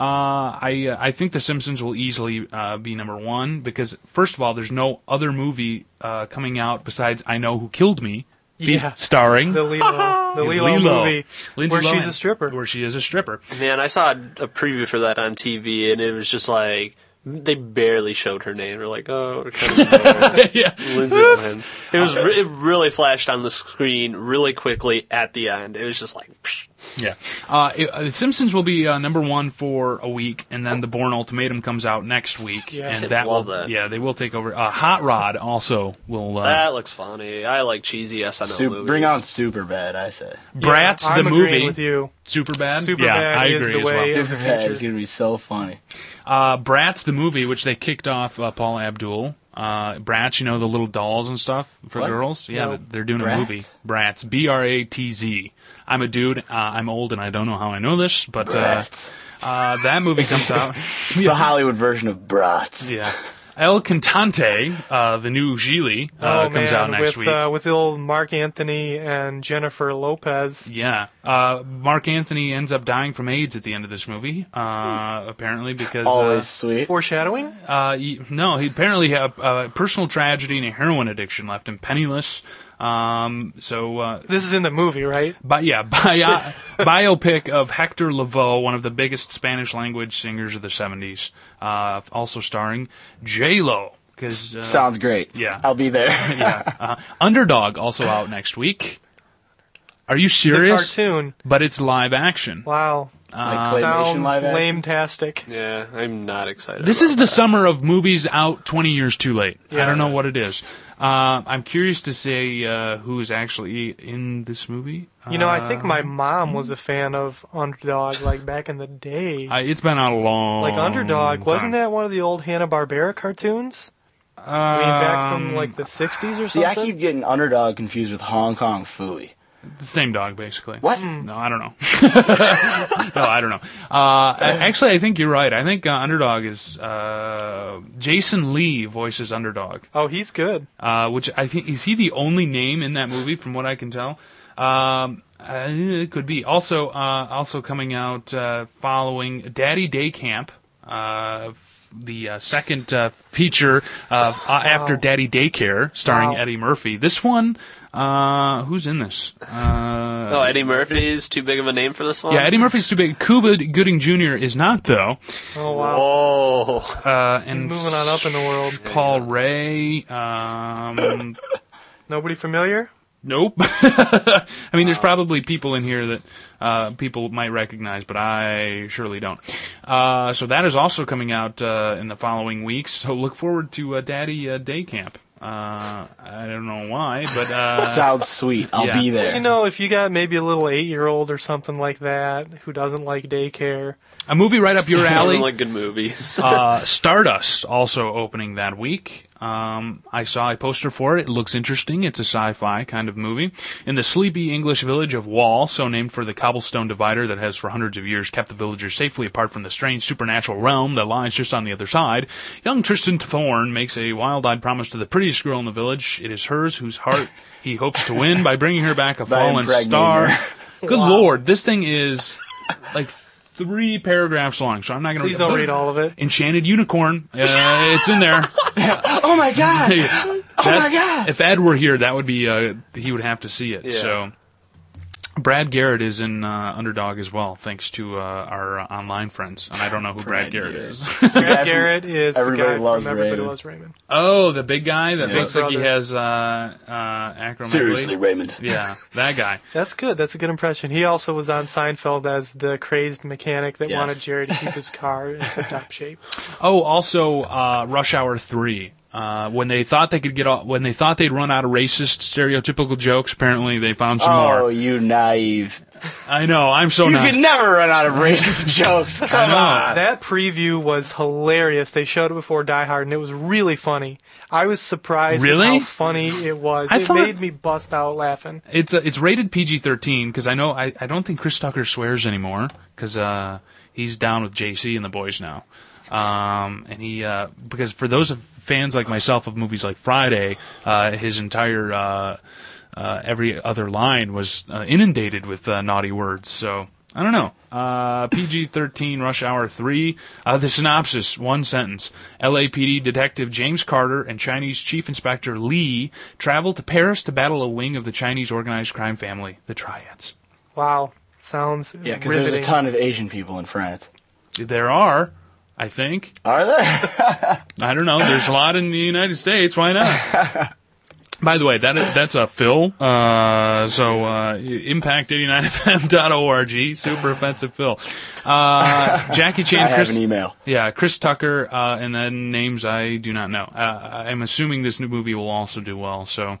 [SPEAKER 3] uh, I uh, I think The Simpsons will easily uh, be number one because first of all, there's no other movie uh, coming out besides I Know Who Killed Me, be-
[SPEAKER 4] Yeah.
[SPEAKER 3] starring
[SPEAKER 4] the Lilo, the Lilo, movie,
[SPEAKER 3] Lindsay
[SPEAKER 4] where she's
[SPEAKER 3] Lohan,
[SPEAKER 4] a stripper.
[SPEAKER 3] Where she is a stripper.
[SPEAKER 6] man, I saw a preview for that on TV, and it was just like they barely showed her name. We're like, oh, we're kind of embarrassed.
[SPEAKER 3] yeah.
[SPEAKER 6] Lindsay Lohan. It was re- it really flashed on the screen really quickly at the end. It was just like psh.
[SPEAKER 3] Yeah. Uh, it, uh, Simpsons will be uh, number one for a week, and then The Born Ultimatum comes out next week,
[SPEAKER 4] Yeah.
[SPEAKER 3] and
[SPEAKER 6] Kids
[SPEAKER 3] that
[SPEAKER 6] love
[SPEAKER 3] will
[SPEAKER 6] that.
[SPEAKER 3] yeah they will take over. Uh, Hot Rod also will. Uh,
[SPEAKER 6] that looks funny. I like cheesy SNL
[SPEAKER 5] Sup-
[SPEAKER 6] movies.
[SPEAKER 5] bring on Superbad, I say.
[SPEAKER 3] Bratz
[SPEAKER 4] Yeah,
[SPEAKER 3] the
[SPEAKER 4] I'm agreeing
[SPEAKER 3] movie.
[SPEAKER 4] with you.
[SPEAKER 3] Superbad.
[SPEAKER 4] Superbad
[SPEAKER 3] yeah, I
[SPEAKER 4] is
[SPEAKER 3] agree
[SPEAKER 4] the
[SPEAKER 3] as
[SPEAKER 4] way
[SPEAKER 3] well.
[SPEAKER 4] of the
[SPEAKER 5] Superbad
[SPEAKER 4] future.
[SPEAKER 5] is gonna be so funny.
[SPEAKER 3] Uh, Bratz the movie, which they kicked off uh, Paul Abdul. Uh, Bratz, you know the little dolls and stuff for
[SPEAKER 5] What?
[SPEAKER 3] girls. Yeah,
[SPEAKER 5] No.
[SPEAKER 3] th- they're doing a
[SPEAKER 5] Bratz?
[SPEAKER 3] movie. Bratz. B R A T Z. I'm a dude. Uh, I'm old, and I don't know how I know this, but uh,
[SPEAKER 5] Brats.
[SPEAKER 3] uh, that movie comes out.
[SPEAKER 5] It's the Hollywood version of Brats.
[SPEAKER 3] Yeah. El Cantante, uh, the new Gigli, uh,
[SPEAKER 4] oh
[SPEAKER 3] comes
[SPEAKER 4] man,
[SPEAKER 3] out next
[SPEAKER 4] with
[SPEAKER 3] week.
[SPEAKER 4] Uh, with the old Mark Anthony and Jennifer Lopez.
[SPEAKER 3] yeah. Uh, Mark Anthony ends up dying from AIDS at the end of this movie, uh,
[SPEAKER 4] Hmm.
[SPEAKER 3] apparently, because. uh,
[SPEAKER 5] Always sweet.
[SPEAKER 4] Foreshadowing?
[SPEAKER 3] Uh, he- no, he apparently had a, a personal tragedy and a heroin addiction left him penniless. Um, so, uh,
[SPEAKER 4] This is in the movie, right?
[SPEAKER 3] but yeah, bio, biopic of Hector Lavoe, one of the biggest Spanish language singers of the '70s, uh, also starring J Lo. Because uh,
[SPEAKER 5] Sounds great.
[SPEAKER 3] Yeah.
[SPEAKER 5] I'll be there.
[SPEAKER 3] Underdog also out next week. Are you
[SPEAKER 4] The
[SPEAKER 3] serious?
[SPEAKER 4] cartoon.
[SPEAKER 3] But it's live action.
[SPEAKER 4] Wow.
[SPEAKER 3] Uh,
[SPEAKER 5] like
[SPEAKER 4] Sounds
[SPEAKER 5] claymation live action.
[SPEAKER 4] lame-tastic.
[SPEAKER 6] Yeah, I'm not excited.
[SPEAKER 3] This
[SPEAKER 6] about
[SPEAKER 3] is the summer of movies out 20 years too late. I
[SPEAKER 4] Yeah.
[SPEAKER 3] don't know what it is. Uh, I'm curious to say uh, who is actually in this movie. Uh,
[SPEAKER 4] You know, I think my mom was a fan of Underdog, like back in the day.
[SPEAKER 3] hmm. I- it's been out a long
[SPEAKER 4] like Underdog, wasn't
[SPEAKER 3] time.
[SPEAKER 4] that one of the old Hanna Barbera cartoons? I mean, back from
[SPEAKER 3] Um,
[SPEAKER 4] like the '60s or something.
[SPEAKER 5] See, I keep getting underdog confused with Hong Kong Fooey.
[SPEAKER 3] the same dog basically.
[SPEAKER 5] What?
[SPEAKER 4] Hmm.
[SPEAKER 3] No, I don't know. no, I don't know. Uh, a- actually, I think you're right. I think uh, Underdog is uh, Jason Lee voices Underdog,
[SPEAKER 4] Oh, he's good.
[SPEAKER 3] uh, which I think is he the only name in that movie, from what I can tell. Um, uh, it could be also uh, also coming out uh, following Daddy Day Camp. Uh, the uh, second uh, feature uh, after Daddy Daycare, starring
[SPEAKER 4] Wow.
[SPEAKER 3] Eddie Murphy. This one, uh, who's in this? Uh,
[SPEAKER 6] Oh, Eddie Murphy's too big of a name for this one.
[SPEAKER 4] um,
[SPEAKER 3] yeah, Eddie Murphy's too big. Cuba Gooding Jr. is not though.
[SPEAKER 4] Oh wow.
[SPEAKER 6] Oh,
[SPEAKER 3] Uh, and
[SPEAKER 4] He's moving on up in the world.
[SPEAKER 3] Paul Ray. Um,
[SPEAKER 4] Nobody familiar?
[SPEAKER 3] nope. I mean, there's probably people in here that uh, people might recognize, but I surely don't. Uh, so that is also coming out uh, in the following weeks. So look forward to uh, Daddy uh, Day Camp. Uh, I don't know why, but uh,
[SPEAKER 5] Sounds sweet. I'll
[SPEAKER 3] Yeah.
[SPEAKER 5] be there.
[SPEAKER 4] You know, if you got maybe a little eight-year-old or something like that who doesn't like daycare,
[SPEAKER 3] a movie right up your alley.
[SPEAKER 6] doesn't like good movies.
[SPEAKER 3] uh, Stardust also opening that week. Um, I saw a poster for it. It looks interesting. It's a sci-fi kind of movie. In the sleepy English village of Wall, so named for the cobblestone divider that has for hundreds of years kept the villagers safely apart from the strange supernatural realm that lies just on the other side, young Tristan Thorne makes a wild-eyed promise to the prettiest girl in the village. It is hers whose heart he hopes to win by bringing her back a
[SPEAKER 5] By
[SPEAKER 3] fallen
[SPEAKER 5] impregnating
[SPEAKER 3] star.
[SPEAKER 5] her.
[SPEAKER 3] Good lord, this thing is like three paragraphs long, so I'm not going to
[SPEAKER 4] please don't read all of it.
[SPEAKER 3] Enchanted Unicorn. Uh, it's in there.
[SPEAKER 5] Oh my god!
[SPEAKER 3] oh
[SPEAKER 5] my God.
[SPEAKER 3] If Ed were here, that would be uh, he would have to see it.
[SPEAKER 6] Yeah.
[SPEAKER 3] So Brad Garrett is in uh, Underdog as well, thanks to uh, our uh, online friends, and I don't know who Brad,
[SPEAKER 5] Brad
[SPEAKER 3] Garrett
[SPEAKER 5] Garrett.
[SPEAKER 3] is.
[SPEAKER 5] guy
[SPEAKER 4] Brad
[SPEAKER 5] from
[SPEAKER 4] Garrett is the
[SPEAKER 5] Everybody
[SPEAKER 4] guy
[SPEAKER 5] Loves
[SPEAKER 4] from Everybody
[SPEAKER 5] Raymond.
[SPEAKER 4] Loves Raymond.
[SPEAKER 3] oh, the big guy that
[SPEAKER 5] Yeah.
[SPEAKER 3] looks like he
[SPEAKER 4] Brother.
[SPEAKER 3] has uh, uh, acromegaly.
[SPEAKER 5] Seriously, Raymond.
[SPEAKER 3] Yeah, that guy.
[SPEAKER 4] That's good. That's a good impression. He also was on Seinfeld as the crazed mechanic that
[SPEAKER 5] Yes.
[SPEAKER 4] wanted Jerry to keep his car in tip-top shape.
[SPEAKER 3] Oh, also uh, Rush Hour Three. Uh, when they thought they could get all, when they thought they'd run out of racist stereotypical jokes, apparently they found some
[SPEAKER 5] Oh,
[SPEAKER 3] more.
[SPEAKER 5] you naive.
[SPEAKER 3] I know, I'm
[SPEAKER 4] Oh,
[SPEAKER 3] so
[SPEAKER 5] You
[SPEAKER 3] not.
[SPEAKER 5] can never run out of racist jokes. Come on.
[SPEAKER 4] That preview was hilarious. They showed it before Die Hard, and it was really funny. I was surprised at
[SPEAKER 3] Really?
[SPEAKER 4] how funny it was.
[SPEAKER 3] I
[SPEAKER 4] it
[SPEAKER 3] thought-
[SPEAKER 4] made me bust out laughing.
[SPEAKER 3] It's uh, it's rated PG thirteen because I know I, I don't think Chris Tucker swears anymore because uh, he's down with JC and the boys now, um, and he uh, because for those of fans like myself of movies like Friday, uh, his entire uh, uh, every other line was uh, inundated with uh, naughty words. So I don't know. Uh, PG 13, Rush Hour 3. Uh, the synopsis, one sentence. LAPD Detective James Carter and Chinese Chief Inspector Lee travel to Paris to battle a wing of the Chinese organized crime family, the Triads.
[SPEAKER 4] Wow. Sounds
[SPEAKER 5] Yeah, because
[SPEAKER 4] riveting.
[SPEAKER 5] there's a ton of Asian people in France.
[SPEAKER 3] There are, I think.
[SPEAKER 5] Are there?
[SPEAKER 3] I don't know. There's a lot in the United States. Why not? By the way, that is, that's a Phil. Uh, so uh, impact89fm.org, super offensive Phil. Uh, Jackie
[SPEAKER 5] I
[SPEAKER 3] Chan,
[SPEAKER 5] have
[SPEAKER 3] Chris,
[SPEAKER 5] an email.
[SPEAKER 3] yeah, Chris Tucker, uh, and then names I do not know. Uh, I'm assuming this new movie will also do well. So,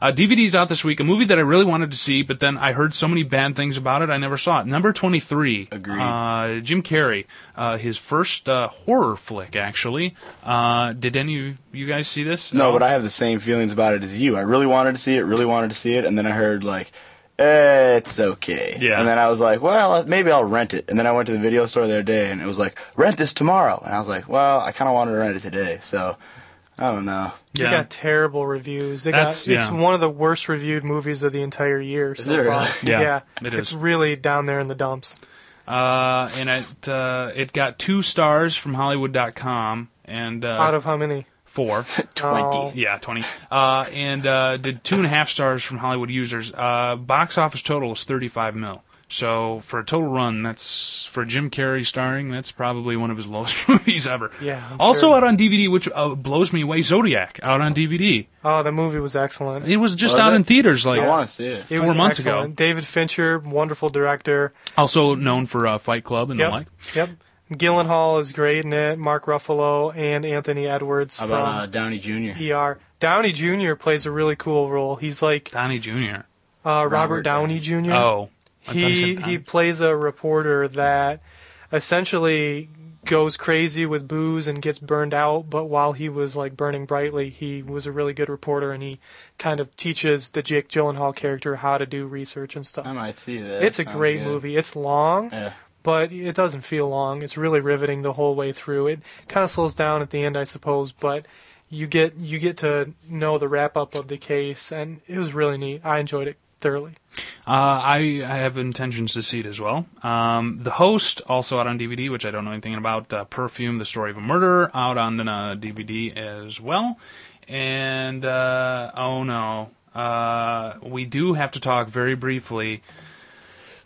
[SPEAKER 3] uh, DVD's out this week. A movie that I really wanted to see, but then I heard so many bad things about it, I never saw it. Number 23.
[SPEAKER 5] Agreed.
[SPEAKER 3] Uh, Jim Carrey, uh, his first uh, horror flick, actually. Uh, did any of you guys see this?
[SPEAKER 5] No, but I have the same feelings about it as you. I really wanted to see it, really wanted to see it, and then I heard like, eh, it's okay.
[SPEAKER 3] Yeah.
[SPEAKER 5] And then I was like, well, maybe I'll rent it. And then I went to the video store the other day, and it was like, rent this tomorrow. And I was like, well, I kind of wanted to rent it today, so I don't know.
[SPEAKER 4] It
[SPEAKER 3] Yeah.
[SPEAKER 4] got terrible reviews. It
[SPEAKER 3] That's-
[SPEAKER 4] got, It's
[SPEAKER 3] yeah.
[SPEAKER 4] one of the worst reviewed movies of the entire year so
[SPEAKER 5] it
[SPEAKER 4] far.
[SPEAKER 5] really?
[SPEAKER 3] Yeah, it
[SPEAKER 4] It's
[SPEAKER 3] is.
[SPEAKER 4] really down there in the dumps.
[SPEAKER 3] Uh, and it, uh, it got two stars from Hollywood.com and uh,
[SPEAKER 4] Out of how many?
[SPEAKER 3] four.
[SPEAKER 4] Oh.
[SPEAKER 3] Yeah, 20. Uh, and uh, did two and a half stars from Hollywood users. Uh, box office total was 35 mil. So for a total run, that's for Jim Carrey starring. That's probably one of his lowest movies ever.
[SPEAKER 4] Yeah, I'm
[SPEAKER 3] also
[SPEAKER 4] sure.
[SPEAKER 3] out on DVD, which uh, blows me away. Zodiac out on DVD.
[SPEAKER 4] Oh, the movie was excellent.
[SPEAKER 3] It was just
[SPEAKER 5] Was
[SPEAKER 3] out
[SPEAKER 5] it?
[SPEAKER 3] in theaters. Like
[SPEAKER 5] I want to see it.
[SPEAKER 4] It
[SPEAKER 3] four
[SPEAKER 4] was
[SPEAKER 3] months ago.
[SPEAKER 4] excellent. David Fincher, wonderful director.
[SPEAKER 3] also known for uh, Fight Club and
[SPEAKER 4] Yep.
[SPEAKER 3] the like.
[SPEAKER 4] Yep. Gyllenhaal is great in it. Mark Ruffalo and Anthony Edwards
[SPEAKER 5] How
[SPEAKER 4] from
[SPEAKER 5] about uh, Downey Jr.?
[SPEAKER 4] ER. Downey Jr. plays a really cool role. He's like
[SPEAKER 3] Donnie Jr.
[SPEAKER 4] uh, Robert,
[SPEAKER 5] Robert
[SPEAKER 4] Downey Jr.
[SPEAKER 3] Oh, I thought
[SPEAKER 4] he
[SPEAKER 3] said
[SPEAKER 4] he
[SPEAKER 3] Donnie.
[SPEAKER 4] plays a reporter that essentially goes crazy with booze and gets burned out, but while he was like burning brightly, he was a really good reporter and he kind of teaches the Jake Gyllenhaal character how to do research and stuff.
[SPEAKER 5] I might see that.
[SPEAKER 4] it's a
[SPEAKER 5] Sounds
[SPEAKER 4] great
[SPEAKER 5] good.
[SPEAKER 4] movie. It's long,
[SPEAKER 5] Yeah.
[SPEAKER 4] but it doesn't feel long. It's really riveting the whole way through. It kind of slows down at the end, I suppose, but you get you get to know the wrap up of the case, and it was really neat. I enjoyed it thoroughly.
[SPEAKER 3] Uh, I, I have intentions to see it as well. Um, the host also out on DVD, which I don't know anything about. Uh, Perfume: The Story of a Murder out on uh, DVD as well. And uh, oh no, uh, we do have to talk very briefly.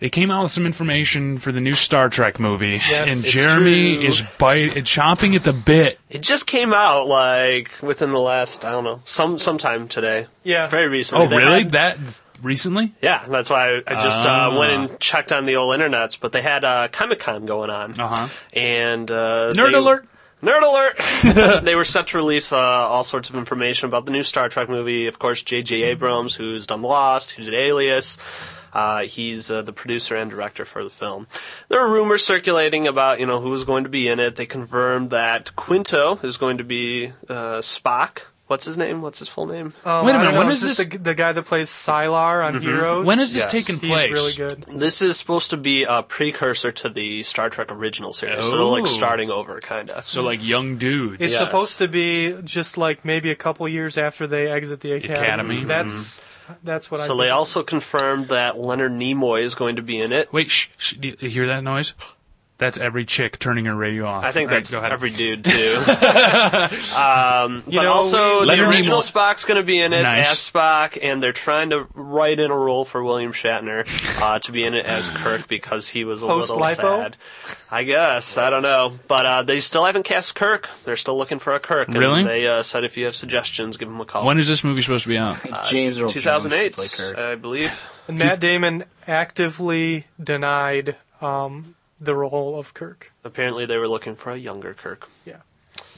[SPEAKER 3] They came out with some information for the new Star Trek movie,
[SPEAKER 4] Yes,
[SPEAKER 3] and
[SPEAKER 4] it's
[SPEAKER 3] Jeremy
[SPEAKER 6] true.
[SPEAKER 3] is bite chomping at the bit.
[SPEAKER 6] It just came out like within the last I don't know some sometime today.
[SPEAKER 4] Yeah.
[SPEAKER 6] very recently.
[SPEAKER 3] Oh
[SPEAKER 6] They
[SPEAKER 3] really?
[SPEAKER 6] had-
[SPEAKER 3] That recently?
[SPEAKER 6] yeah, that's why I, I just
[SPEAKER 3] Ah.
[SPEAKER 6] uh, went and checked on the old internets. But they had uh, Comic Con going on,
[SPEAKER 3] Uh-huh.
[SPEAKER 6] and uh,
[SPEAKER 3] Nerd
[SPEAKER 6] they-
[SPEAKER 3] alert.
[SPEAKER 6] Nerd alert! they were set to release uh, all sorts of information about the new Star Trek movie. Of course, J.J.
[SPEAKER 3] Mm-hmm.
[SPEAKER 6] Abrams, who's done Lost, who did Alias. Uh, he's uh, the producer and director for the film. There were rumors circulating about you know who was going to be in it. They confirmed that Quinto is going to be uh, Spock. What's his name? What's his full name?
[SPEAKER 4] Um,
[SPEAKER 3] Wait a
[SPEAKER 4] I don't
[SPEAKER 3] minute,
[SPEAKER 4] know,
[SPEAKER 3] when
[SPEAKER 4] is
[SPEAKER 3] is
[SPEAKER 4] this?
[SPEAKER 3] this-
[SPEAKER 4] The, the guy that plays Sylar on Heroes.
[SPEAKER 3] When is this
[SPEAKER 6] Mm-hmm. Yes.
[SPEAKER 3] taking
[SPEAKER 4] He's
[SPEAKER 3] place?
[SPEAKER 4] really good.
[SPEAKER 6] This is supposed to be a precursor to the Star Trek original series, so
[SPEAKER 3] Oh.
[SPEAKER 6] like starting over, kind of.
[SPEAKER 3] So like young dudes.
[SPEAKER 4] It's
[SPEAKER 6] Yes.
[SPEAKER 4] supposed to be just like maybe a couple years after they exit the academy.
[SPEAKER 3] Academy,
[SPEAKER 4] That's that's what I.
[SPEAKER 6] Mm-hmm. So they
[SPEAKER 4] think.
[SPEAKER 6] also confirmed that Leonard Nimoy is going to be in it.
[SPEAKER 3] Wait, shh, shh, do you hear that noise? That's every chick turning her radio off.
[SPEAKER 6] I think
[SPEAKER 3] All right,
[SPEAKER 6] that's
[SPEAKER 3] go ahead.
[SPEAKER 6] every dude too. um, but
[SPEAKER 4] know,
[SPEAKER 6] also
[SPEAKER 4] we-
[SPEAKER 6] the
[SPEAKER 3] Leonard
[SPEAKER 6] original
[SPEAKER 3] Nimoy.
[SPEAKER 6] Spock's going to be in it
[SPEAKER 3] Nice.
[SPEAKER 6] as Spock, and they're trying to write in a role for William Shatner uh, to be in it as Kirk because he was a
[SPEAKER 4] Post
[SPEAKER 6] little
[SPEAKER 4] lipo?
[SPEAKER 6] sad. I guess I don't know, but uh, they still haven't cast Kirk. They're still looking for a Kirk. and
[SPEAKER 3] Really?
[SPEAKER 6] They uh, said if you have sugustions, give them a call.
[SPEAKER 3] When is this movie supposed to be out?
[SPEAKER 5] Uh, James Earl Jones should
[SPEAKER 6] 2008,
[SPEAKER 5] play Kirk.
[SPEAKER 6] I believe.
[SPEAKER 4] And Matt Damon actively denied um, the role of Kirk.
[SPEAKER 6] Apparently, they were looking for a younger Kirk.
[SPEAKER 4] Yeah.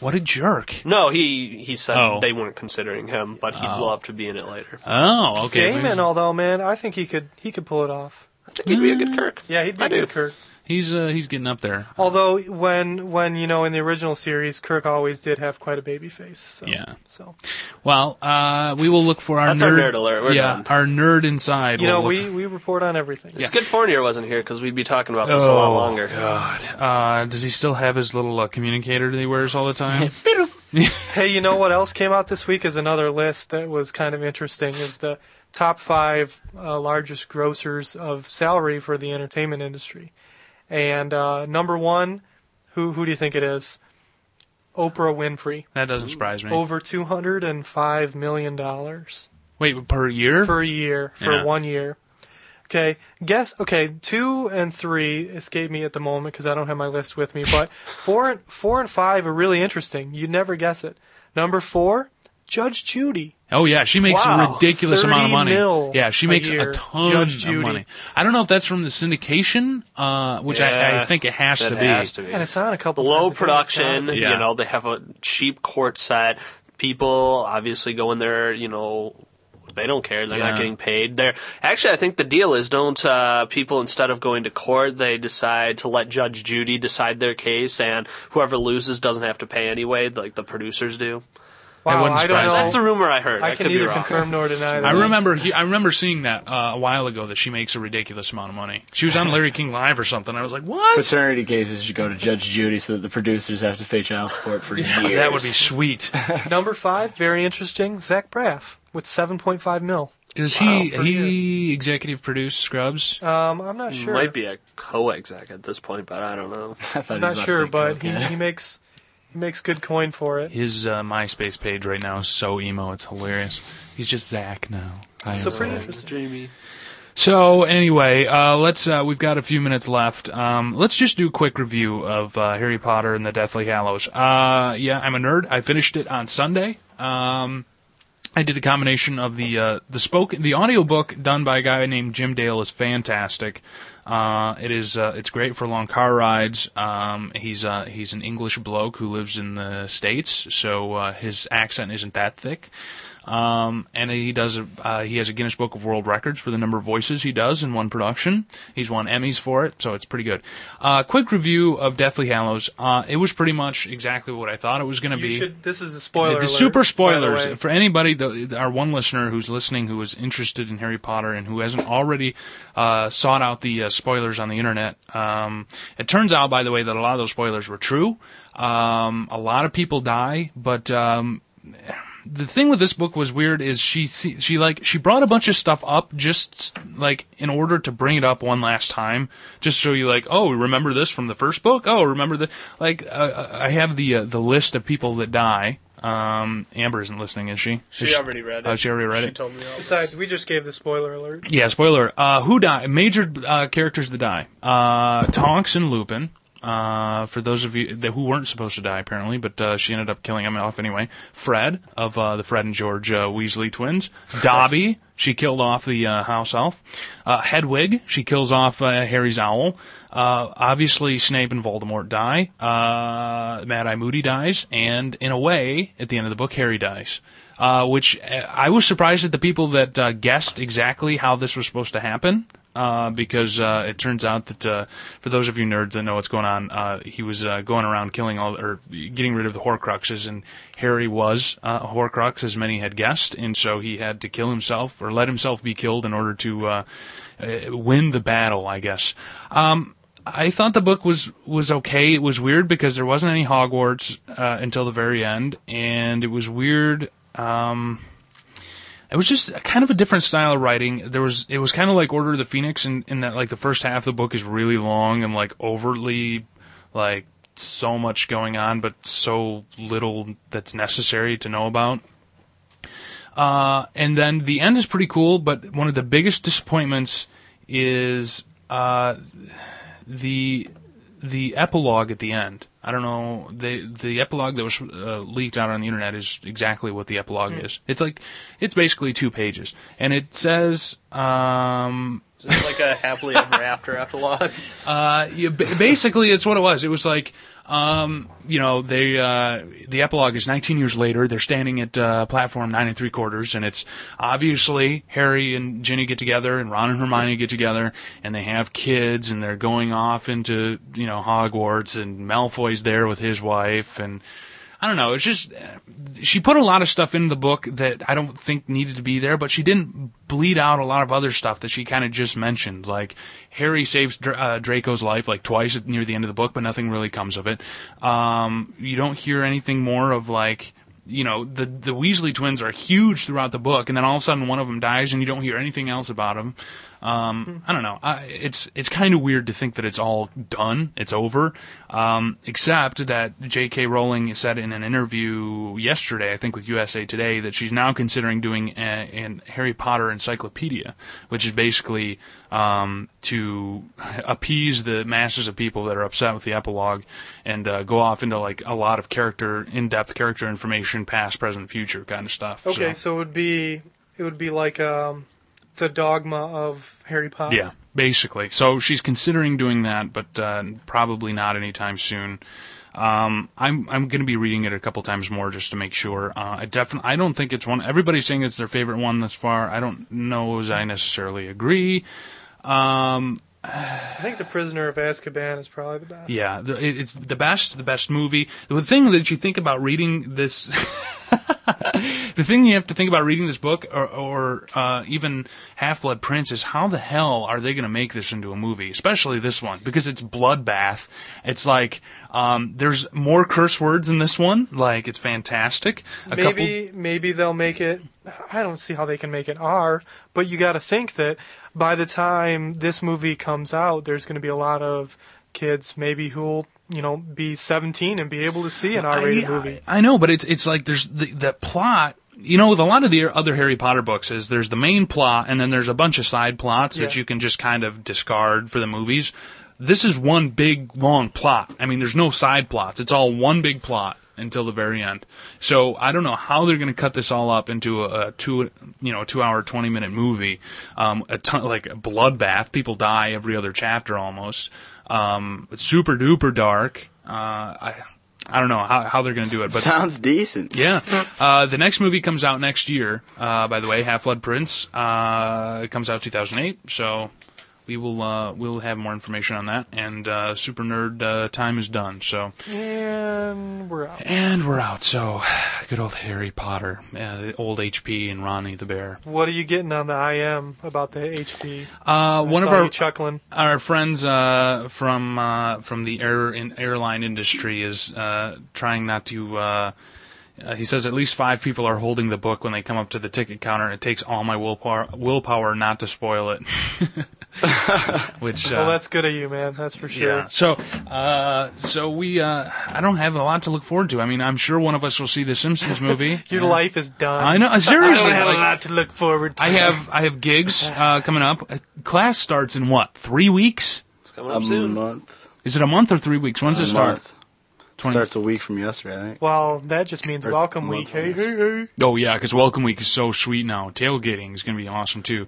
[SPEAKER 3] What a jerk!
[SPEAKER 6] No, he he said
[SPEAKER 3] Oh.
[SPEAKER 6] they weren't considering him, but he'd love to be in it later.
[SPEAKER 3] Oh, okay.
[SPEAKER 4] Damon, although man, I think he could he could pull it off.
[SPEAKER 6] I think he'd be a good Kirk.
[SPEAKER 4] Mm. Yeah, he'd be
[SPEAKER 6] I
[SPEAKER 4] a good
[SPEAKER 6] do.
[SPEAKER 4] Kirk.
[SPEAKER 3] He's uh, he's getting up there.
[SPEAKER 4] Although when when you know in the original series, Kirk always did have quite a baby face. So,
[SPEAKER 3] Yeah.
[SPEAKER 4] So
[SPEAKER 3] Well, uh, we will look for our
[SPEAKER 6] That's our
[SPEAKER 3] nerd,
[SPEAKER 6] nerd alert. We're
[SPEAKER 3] yeah,
[SPEAKER 6] done.
[SPEAKER 3] our nerd inside.
[SPEAKER 4] you
[SPEAKER 3] will
[SPEAKER 4] know
[SPEAKER 3] look-
[SPEAKER 4] we we report on everything.
[SPEAKER 6] It's good Fournier wasn't here because we'd be talking about
[SPEAKER 4] Oh,
[SPEAKER 6] this a lot longer.
[SPEAKER 3] Uh, does he still have his little uh, communicator that he wears all the time?
[SPEAKER 4] Hey, you know what else came out this week is another list that was kind of interesting. Is the top five uh, largest grossers of salary for the entertainment industry, and uh, number one, who who do you think it is? Oprah Winfrey,
[SPEAKER 3] that doesn't surprise me.
[SPEAKER 6] Oh.
[SPEAKER 4] over two hundred and five million dollars
[SPEAKER 3] Wait, but per year?
[SPEAKER 4] for a year for
[SPEAKER 3] Yeah.
[SPEAKER 4] one year. Okay, guess. Okay, two and three escape me at the moment because I don't have my list with me. But four, and four and five are really interesting. You'd never guess it. Number four, Judge Judy.
[SPEAKER 3] oh yeah, she makes a
[SPEAKER 6] Wow.
[SPEAKER 3] ridiculous amount of
[SPEAKER 4] 30
[SPEAKER 3] money.
[SPEAKER 4] mil
[SPEAKER 3] yeah, she
[SPEAKER 4] a
[SPEAKER 3] makes
[SPEAKER 4] year.
[SPEAKER 3] a ton
[SPEAKER 4] Judge
[SPEAKER 3] of
[SPEAKER 4] Judy.
[SPEAKER 3] money. I don't know if that's from the syndication, uh, which I, I
[SPEAKER 6] Yeah,
[SPEAKER 3] think it has
[SPEAKER 6] That
[SPEAKER 3] to be.
[SPEAKER 6] has to be.
[SPEAKER 4] And it's on a couple. times a
[SPEAKER 6] Low
[SPEAKER 4] day. It's
[SPEAKER 6] production.
[SPEAKER 4] on-
[SPEAKER 3] Yeah.
[SPEAKER 6] You know, they have a cheap court set. People obviously go in there. You know, they don't care. They're
[SPEAKER 3] Yeah.
[SPEAKER 6] not getting paid. They're actually. I think the deal is don't uh, people instead of going to court, they decide to let Judge Judy decide their case, and whoever loses doesn't have to pay anyway, like the producers do.
[SPEAKER 4] Wow,
[SPEAKER 3] wouldn't
[SPEAKER 4] I don't
[SPEAKER 3] surprise
[SPEAKER 4] know.
[SPEAKER 3] me.
[SPEAKER 6] That's the rumor I heard.
[SPEAKER 4] I can
[SPEAKER 6] could be
[SPEAKER 4] neither
[SPEAKER 6] wrong.
[SPEAKER 4] confirm nor deny that.
[SPEAKER 3] I remember he, I remember seeing that uh, a while ago that she makes a ridiculous amount of money. She was on Larry King Live or something. I was like, what?
[SPEAKER 5] Paternity cases should go to Judge Judy so that the producers have to pay child support for years.
[SPEAKER 3] That would be sweet.
[SPEAKER 4] Number five, very interesting. Zach Braff with seven point five mil.
[SPEAKER 3] Does he he executive produce Scrubs?
[SPEAKER 4] Um, I'm not sure.
[SPEAKER 6] Might be a co-exec at this point, but I don't know.
[SPEAKER 5] I thought he was
[SPEAKER 4] I'm
[SPEAKER 5] about
[SPEAKER 4] not
[SPEAKER 5] to
[SPEAKER 4] sure,
[SPEAKER 5] say
[SPEAKER 4] but he,
[SPEAKER 5] cocaine.
[SPEAKER 4] he makes he makes good coin for it.
[SPEAKER 3] His uh, MySpace page right now is so emo, it's hilarious. He's just Zach now. I am
[SPEAKER 4] So pretty
[SPEAKER 3] Zach.
[SPEAKER 4] interesting.
[SPEAKER 6] Jamie.
[SPEAKER 3] So anyway, uh, let's. Uh, we've got a few minutes left. Um, let's just do a quick review of uh, Harry Potter and the Deathly Hallows. Uh, yeah, I'm a nerd. I finished it on Sunday. Um, I did a combination of the uh, the spoken the audiobook done by a guy named Jim Dale is fantastic. Uh, it is uh, it's great for long car rides. Um, he's uh, he's an English bloke who lives in the states, so uh, his accent isn't that thick. Um, and he does a, uh, he has a Guinness Book of World Records for the number of voices he does in one production. He's won Emmys for it, so it's pretty good. Uh, quick review of Deathly Hallows. Uh, it was pretty much exactly what I thought it was going to
[SPEAKER 4] You
[SPEAKER 3] be.
[SPEAKER 4] should. This is a spoiler.
[SPEAKER 3] Yeah, the
[SPEAKER 4] alert,
[SPEAKER 3] super spoilers
[SPEAKER 4] by the way.
[SPEAKER 3] for anybody. The, our one listener who's listening, who is interested in Harry Potter and who hasn't already uh, sought out the uh, spoilers on the internet. Um, it turns out, by the way, that a lot of those spoilers were true. Um, a lot of people die, but um, the thing with this book was weird is she se- she like she brought a bunch of stuff up just like in order to bring it up one last time just so you like oh remember this from the first book oh remember the like uh, I have the uh, the list of people that die um Amber isn't listening is she
[SPEAKER 7] She
[SPEAKER 3] Is
[SPEAKER 7] already read it.
[SPEAKER 3] oh she already read
[SPEAKER 7] She
[SPEAKER 3] it
[SPEAKER 7] told me all
[SPEAKER 4] Besides, we just gave the spoiler alert.
[SPEAKER 3] yeah spoiler uh who die major uh, characters that die uh Tonks and Lupin uh, for those of you that, who weren't supposed to die, apparently, but uh, she ended up killing him off anyway. Fred of uh, the Fred and George uh, Weasley twins. Dobby, she killed off the uh, house elf. Uh, Hedwig, she kills off uh, Harry's owl. Uh, obviously, Snape and Voldemort die. Uh, Mad Eye Moody dies, and in a way, at the end of the book, Harry dies. Uh, which uh, I was surprised at the people that uh, guessed exactly how this was supposed to happen uh, because uh, it turns out that uh, for those of you nerds that know what's going on, uh, he was uh, going around killing all or getting rid of the Horcruxes, and Harry was uh, a Horcrux, as many had guessed, and so he had to kill himself or let himself be killed in order to uh, uh, win the battle, I guess. Um, I thought the book was was okay. It was weird because there wasn't any Hogwarts uh, until the very end, and it was weird. Um, it was just kind of a different style of writing. There was it was kind of like Order of the Phoenix in, in that like the first half of the book is really long and like overtly like so much going on but so little that's necessary to know about. Uh, and then the end is pretty cool, but one of the biggest disappointments is uh, the the epilogue at the end. I don't know the the epilogue that was uh, leaked out on the internet is exactly what the epilogue is. It's like it's basically two pages, and it says um,
[SPEAKER 7] It's like a happily ever after epilogue.
[SPEAKER 3] uh, yeah, ba- basically it's what it was. It was like um, you know they uh, the epilogue is 19 years later. They're standing at uh, platform nine and three quarters, and it's obviously Harry and Ginny get together, and Ron and Hermione get together, and they have kids, and they're going off into you know Hogwarts, and Malfoy's there with his wife, and I don't know. It's just uh, she put a lot of stuff in the book that I don't think needed to be there, but she didn't bleed out a lot of other stuff that she kind of just mentioned. Like Harry saves Dr- uh, Draco's life like twice at- near the end of the book, but nothing really comes of it. Um, you don't hear anything more of like you know the the Weasley twins are huge throughout the book, and then all of a sudden one of them dies, and you don't hear anything else about them. Um, I don't know. I, it's it's kind of weird to think that it's all done, it's over. Um, except that J.K. Rowling said in an interview yesterday, I think with USA Today, that she's now considering doing a, an Harry Potter encyclopedia, which is basically um, to appease the masses of people that are upset with the epilogue and uh, go off into like a lot of character, in-depth character information, past, present, future kind of stuff.
[SPEAKER 4] Okay, so, it would be it would be like um, the dogma of Harry Potter.
[SPEAKER 3] Yeah, basically. So she's considering doing that, but uh, probably not anytime soon. Um, I'm I'm going to be reading it a couple times more just to make sure. Uh, I definitely I don't think it's one. Everybody's saying it's their favorite one thus far. I don't know as I necessarily agree. Um,
[SPEAKER 4] I think The Prisoner of Azkaban is probably the best.
[SPEAKER 3] yeah, the, it- it's the best, the best movie. The thing that you think about reading this, the thing you have to think about reading this book, or, or uh, even Half Blood Prince, is how the hell are they going to make this into a movie? Especially this one because it's bloodbath. It's like um, there's more curse words in this one. Like it's fantastic. A
[SPEAKER 4] Maybe maybe they'll make it. I don't see how they can make it R, but you got to think that by the time this movie comes out, there's going to be a lot of kids maybe who'll you know be 17 and be able to see an R-rated
[SPEAKER 3] I-
[SPEAKER 4] movie.
[SPEAKER 3] I, I know, but it's it's like there's the, the plot. You know, with a lot of the other Harry Potter books, is there's the main plot, and then there's a bunch of side plots that
[SPEAKER 4] Yeah.
[SPEAKER 3] you can just kind of discard for the movies. This is one big long plot. I mean, there's no side plots. It's all one big plot. until the very end. So I don't know how they're going to cut this all up into a, a two, you know, two hour, twenty minute movie, um, a ton like a bloodbath. People die every other chapter almost. Um, it's super duper dark. Uh, I I don't know how how they're going to do it, but
[SPEAKER 5] Sounds decent.
[SPEAKER 3] yeah. Uh, the next movie comes out next year, uh, by the way, Half Blood Prince. Uh, it comes out 2008, so we will uh, we'll have more information on that. And uh, Super Nerd uh, time is done, so
[SPEAKER 4] And we're out.
[SPEAKER 3] and we're out. So good old Harry Potter, uh, the old HP and Ronnie the Bear.
[SPEAKER 4] What are you getting on the IM about the HP?
[SPEAKER 3] Uh, one of
[SPEAKER 4] Saw
[SPEAKER 3] our
[SPEAKER 4] you chuckling.
[SPEAKER 3] our friends uh, from uh, from the air in airline industry is uh, trying not to. Uh, uh, he says at least five people are holding the book when they come up to the ticket counter. and It takes all my willpower willpower not to spoil it. Which uh,
[SPEAKER 4] Well, that's good of you, man. That's for sure.
[SPEAKER 3] yeah. So, uh, so we uh, I don't have a lot to look forward to. I mean, I'm sure one of us will see the Simpsons movie.
[SPEAKER 4] Your life is done.
[SPEAKER 3] I know uh,
[SPEAKER 4] I
[SPEAKER 3] seriously.
[SPEAKER 4] don't have
[SPEAKER 3] like-
[SPEAKER 4] a lot to look forward to.
[SPEAKER 3] I have I have gigs uh, coming up. Uh, Class starts in what three weeks?
[SPEAKER 6] It's coming
[SPEAKER 5] A
[SPEAKER 6] up soon.
[SPEAKER 5] month.
[SPEAKER 3] Is it a month or three weeks? When's it
[SPEAKER 5] A
[SPEAKER 3] start?
[SPEAKER 5] month.
[SPEAKER 3] 20
[SPEAKER 5] Starts a week from yesterday, I think.
[SPEAKER 4] Well, that just means
[SPEAKER 5] Or
[SPEAKER 4] welcome
[SPEAKER 5] month
[SPEAKER 4] week. Hey,
[SPEAKER 5] almost.
[SPEAKER 4] hey, hey.
[SPEAKER 3] Oh yeah, because Welcome Week is so sweet now. Tailgating is going to be awesome too.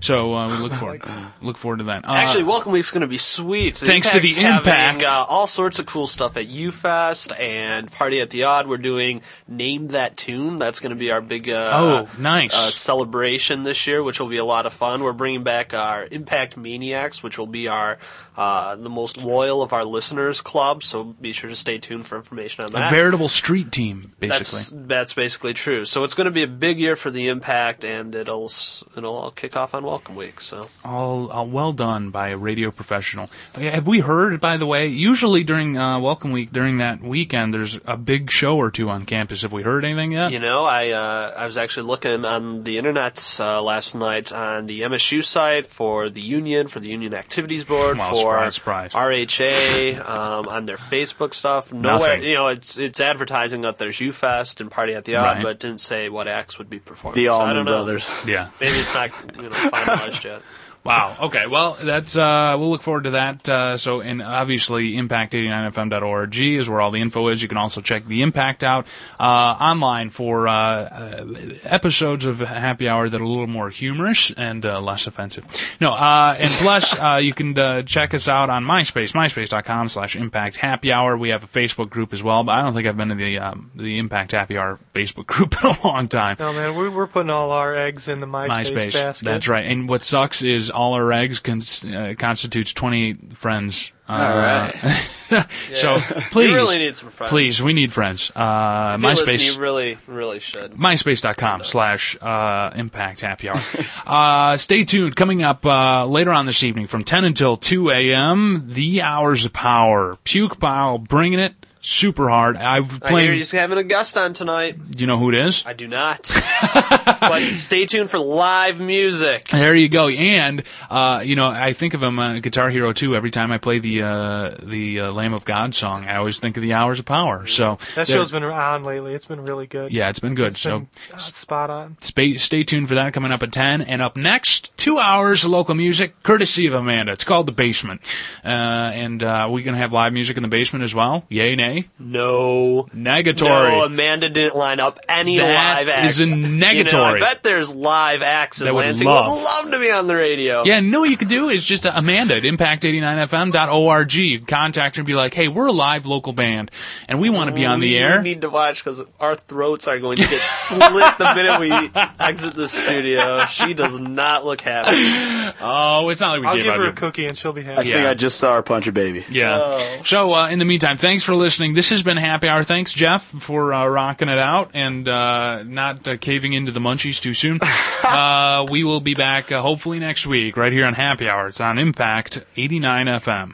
[SPEAKER 3] So uh, we look forward look forward to that. Uh,
[SPEAKER 6] Actually, Welcome Week's going to be sweet. The
[SPEAKER 3] Thanks to the
[SPEAKER 6] Impact's
[SPEAKER 3] Impact.
[SPEAKER 6] having, uh, all sorts of cool stuff at UFest and Party at the Odd. We're doing Name That Tune. That's going to be our big uh,
[SPEAKER 3] Oh, nice.
[SPEAKER 6] uh, celebration this year, which will be a lot of fun. We're bringing back our Impact Maniacs, which will be our uh, the most loyal of our listeners club. So be sure to stay tuned for information on that.
[SPEAKER 3] a veritable street team,
[SPEAKER 6] That's
[SPEAKER 3] basically.
[SPEAKER 6] that's basically true. So it's going to be a big year for the impact, and it'll s- it'll all kick off on Welcome Week. So
[SPEAKER 3] All, all well done by a radio professional. Uh, Have we heard, by the way? Usually during uh, Welcome Week, during that weekend, there's a big show or two on campus. Have we heard anything yet?
[SPEAKER 6] you know, I uh, I was actually looking on the internet uh, last night on the MSU site for the union, for the union activities board,
[SPEAKER 3] Wow,
[SPEAKER 6] for
[SPEAKER 3] surprise, surprise.
[SPEAKER 6] RHA, um, on their Facebook stuff. Nowhere,
[SPEAKER 3] Nothing.
[SPEAKER 6] you know, it's it's advertising that there's UFest and Party at the Odd,
[SPEAKER 3] Right.
[SPEAKER 6] but it didn't say what acts would be performing.
[SPEAKER 5] The
[SPEAKER 6] So I
[SPEAKER 5] Allman
[SPEAKER 6] don't know.
[SPEAKER 5] Brothers.
[SPEAKER 3] Yeah.
[SPEAKER 6] Maybe it's not you know, finalized yet.
[SPEAKER 3] Wow. Okay. Well, that's uh, we'll look forward to that. Uh, so, and obviously, impact89fm.org is where all the info is. You can also check the impact out uh, online for uh, uh, episodes of Happy Hour that are a little more humorous and uh, less offensive. No. Uh, and plus, uh, you can uh, check us out on MySpace, MySpace.com/slash Impact Happy Hour. We have a Facebook group as well, but I don't think I've been to the um, the Impact Happy Hour Facebook group in a long time.
[SPEAKER 4] No, man, we, we're putting all our eggs in the MySpace,
[SPEAKER 3] MySpace.
[SPEAKER 4] basket.
[SPEAKER 3] That's right. And what sucks is all our eggs cons- uh, constitutes 28 friends.
[SPEAKER 5] All
[SPEAKER 3] Uh,
[SPEAKER 5] right.
[SPEAKER 3] So please,
[SPEAKER 6] You really need some friends.
[SPEAKER 3] please, we need friends. Uh,
[SPEAKER 6] If you listen, you
[SPEAKER 3] MySpace.
[SPEAKER 6] really really should.
[SPEAKER 3] MySpace.com slash uh, Impact Happy Hour. uh, stay tuned. Coming up uh, later on this evening from 10 until 2 a.m., The Hours of Power. Puke Pile bringing it super hard. I've
[SPEAKER 6] I hear
[SPEAKER 3] played.
[SPEAKER 6] he's having a guest on tonight.
[SPEAKER 3] do you know who it is?
[SPEAKER 6] I do not. but stay tuned for live music.
[SPEAKER 3] There you go. And uh, you know, I think of him uh, Guitar Hero 2 every time I play the uh, the uh, Lamb of God song. I always think of the Hours of Power. So
[SPEAKER 4] That
[SPEAKER 3] there-
[SPEAKER 4] show's been on lately. It's been really good.
[SPEAKER 3] yeah, it's been good.
[SPEAKER 4] It's
[SPEAKER 3] so
[SPEAKER 4] been uh, spot on.
[SPEAKER 3] stay, stay tuned for that coming up at 10. And up next, two hours of local music, courtesy of Amanda. It's called The Basement. Uh, and uh, we're going to have live music in the basement as well. Yay, nay.
[SPEAKER 6] No. No,
[SPEAKER 3] Negatory.
[SPEAKER 6] Amanda didn't line up any
[SPEAKER 3] That
[SPEAKER 6] live acts.
[SPEAKER 3] is a
[SPEAKER 6] You know, I
[SPEAKER 3] negatory.
[SPEAKER 6] bet there's live acts in
[SPEAKER 3] That would
[SPEAKER 6] Lansing.
[SPEAKER 3] love.
[SPEAKER 6] Would love to be on the radio.
[SPEAKER 3] Yeah, no, you could do is just uh, Amanda at impact89fm.org. You can contact her and be like, hey, we're a live local band and we want to be on the
[SPEAKER 6] we
[SPEAKER 3] air.
[SPEAKER 6] need to watch because our throats are going to get slit the minute we exit the studio. She does not look happy.
[SPEAKER 3] Oh, it's not like we
[SPEAKER 4] I'll
[SPEAKER 3] gave
[SPEAKER 4] give
[SPEAKER 3] out
[SPEAKER 4] her a
[SPEAKER 3] your-
[SPEAKER 4] cookie and she'll be
[SPEAKER 5] I
[SPEAKER 4] happy.
[SPEAKER 5] think
[SPEAKER 3] Yeah.
[SPEAKER 5] I just saw her punch a baby.
[SPEAKER 3] Yeah. So, uh, in the meantime, thanks for listening. This has been Happy Hour. Thanks, Jeff, for uh, rocking it out and uh, not uh, caving into the munchies too soon. uh, we will be back uh, hopefully next week right here on Happy Hour. It's on Impact 89 FM.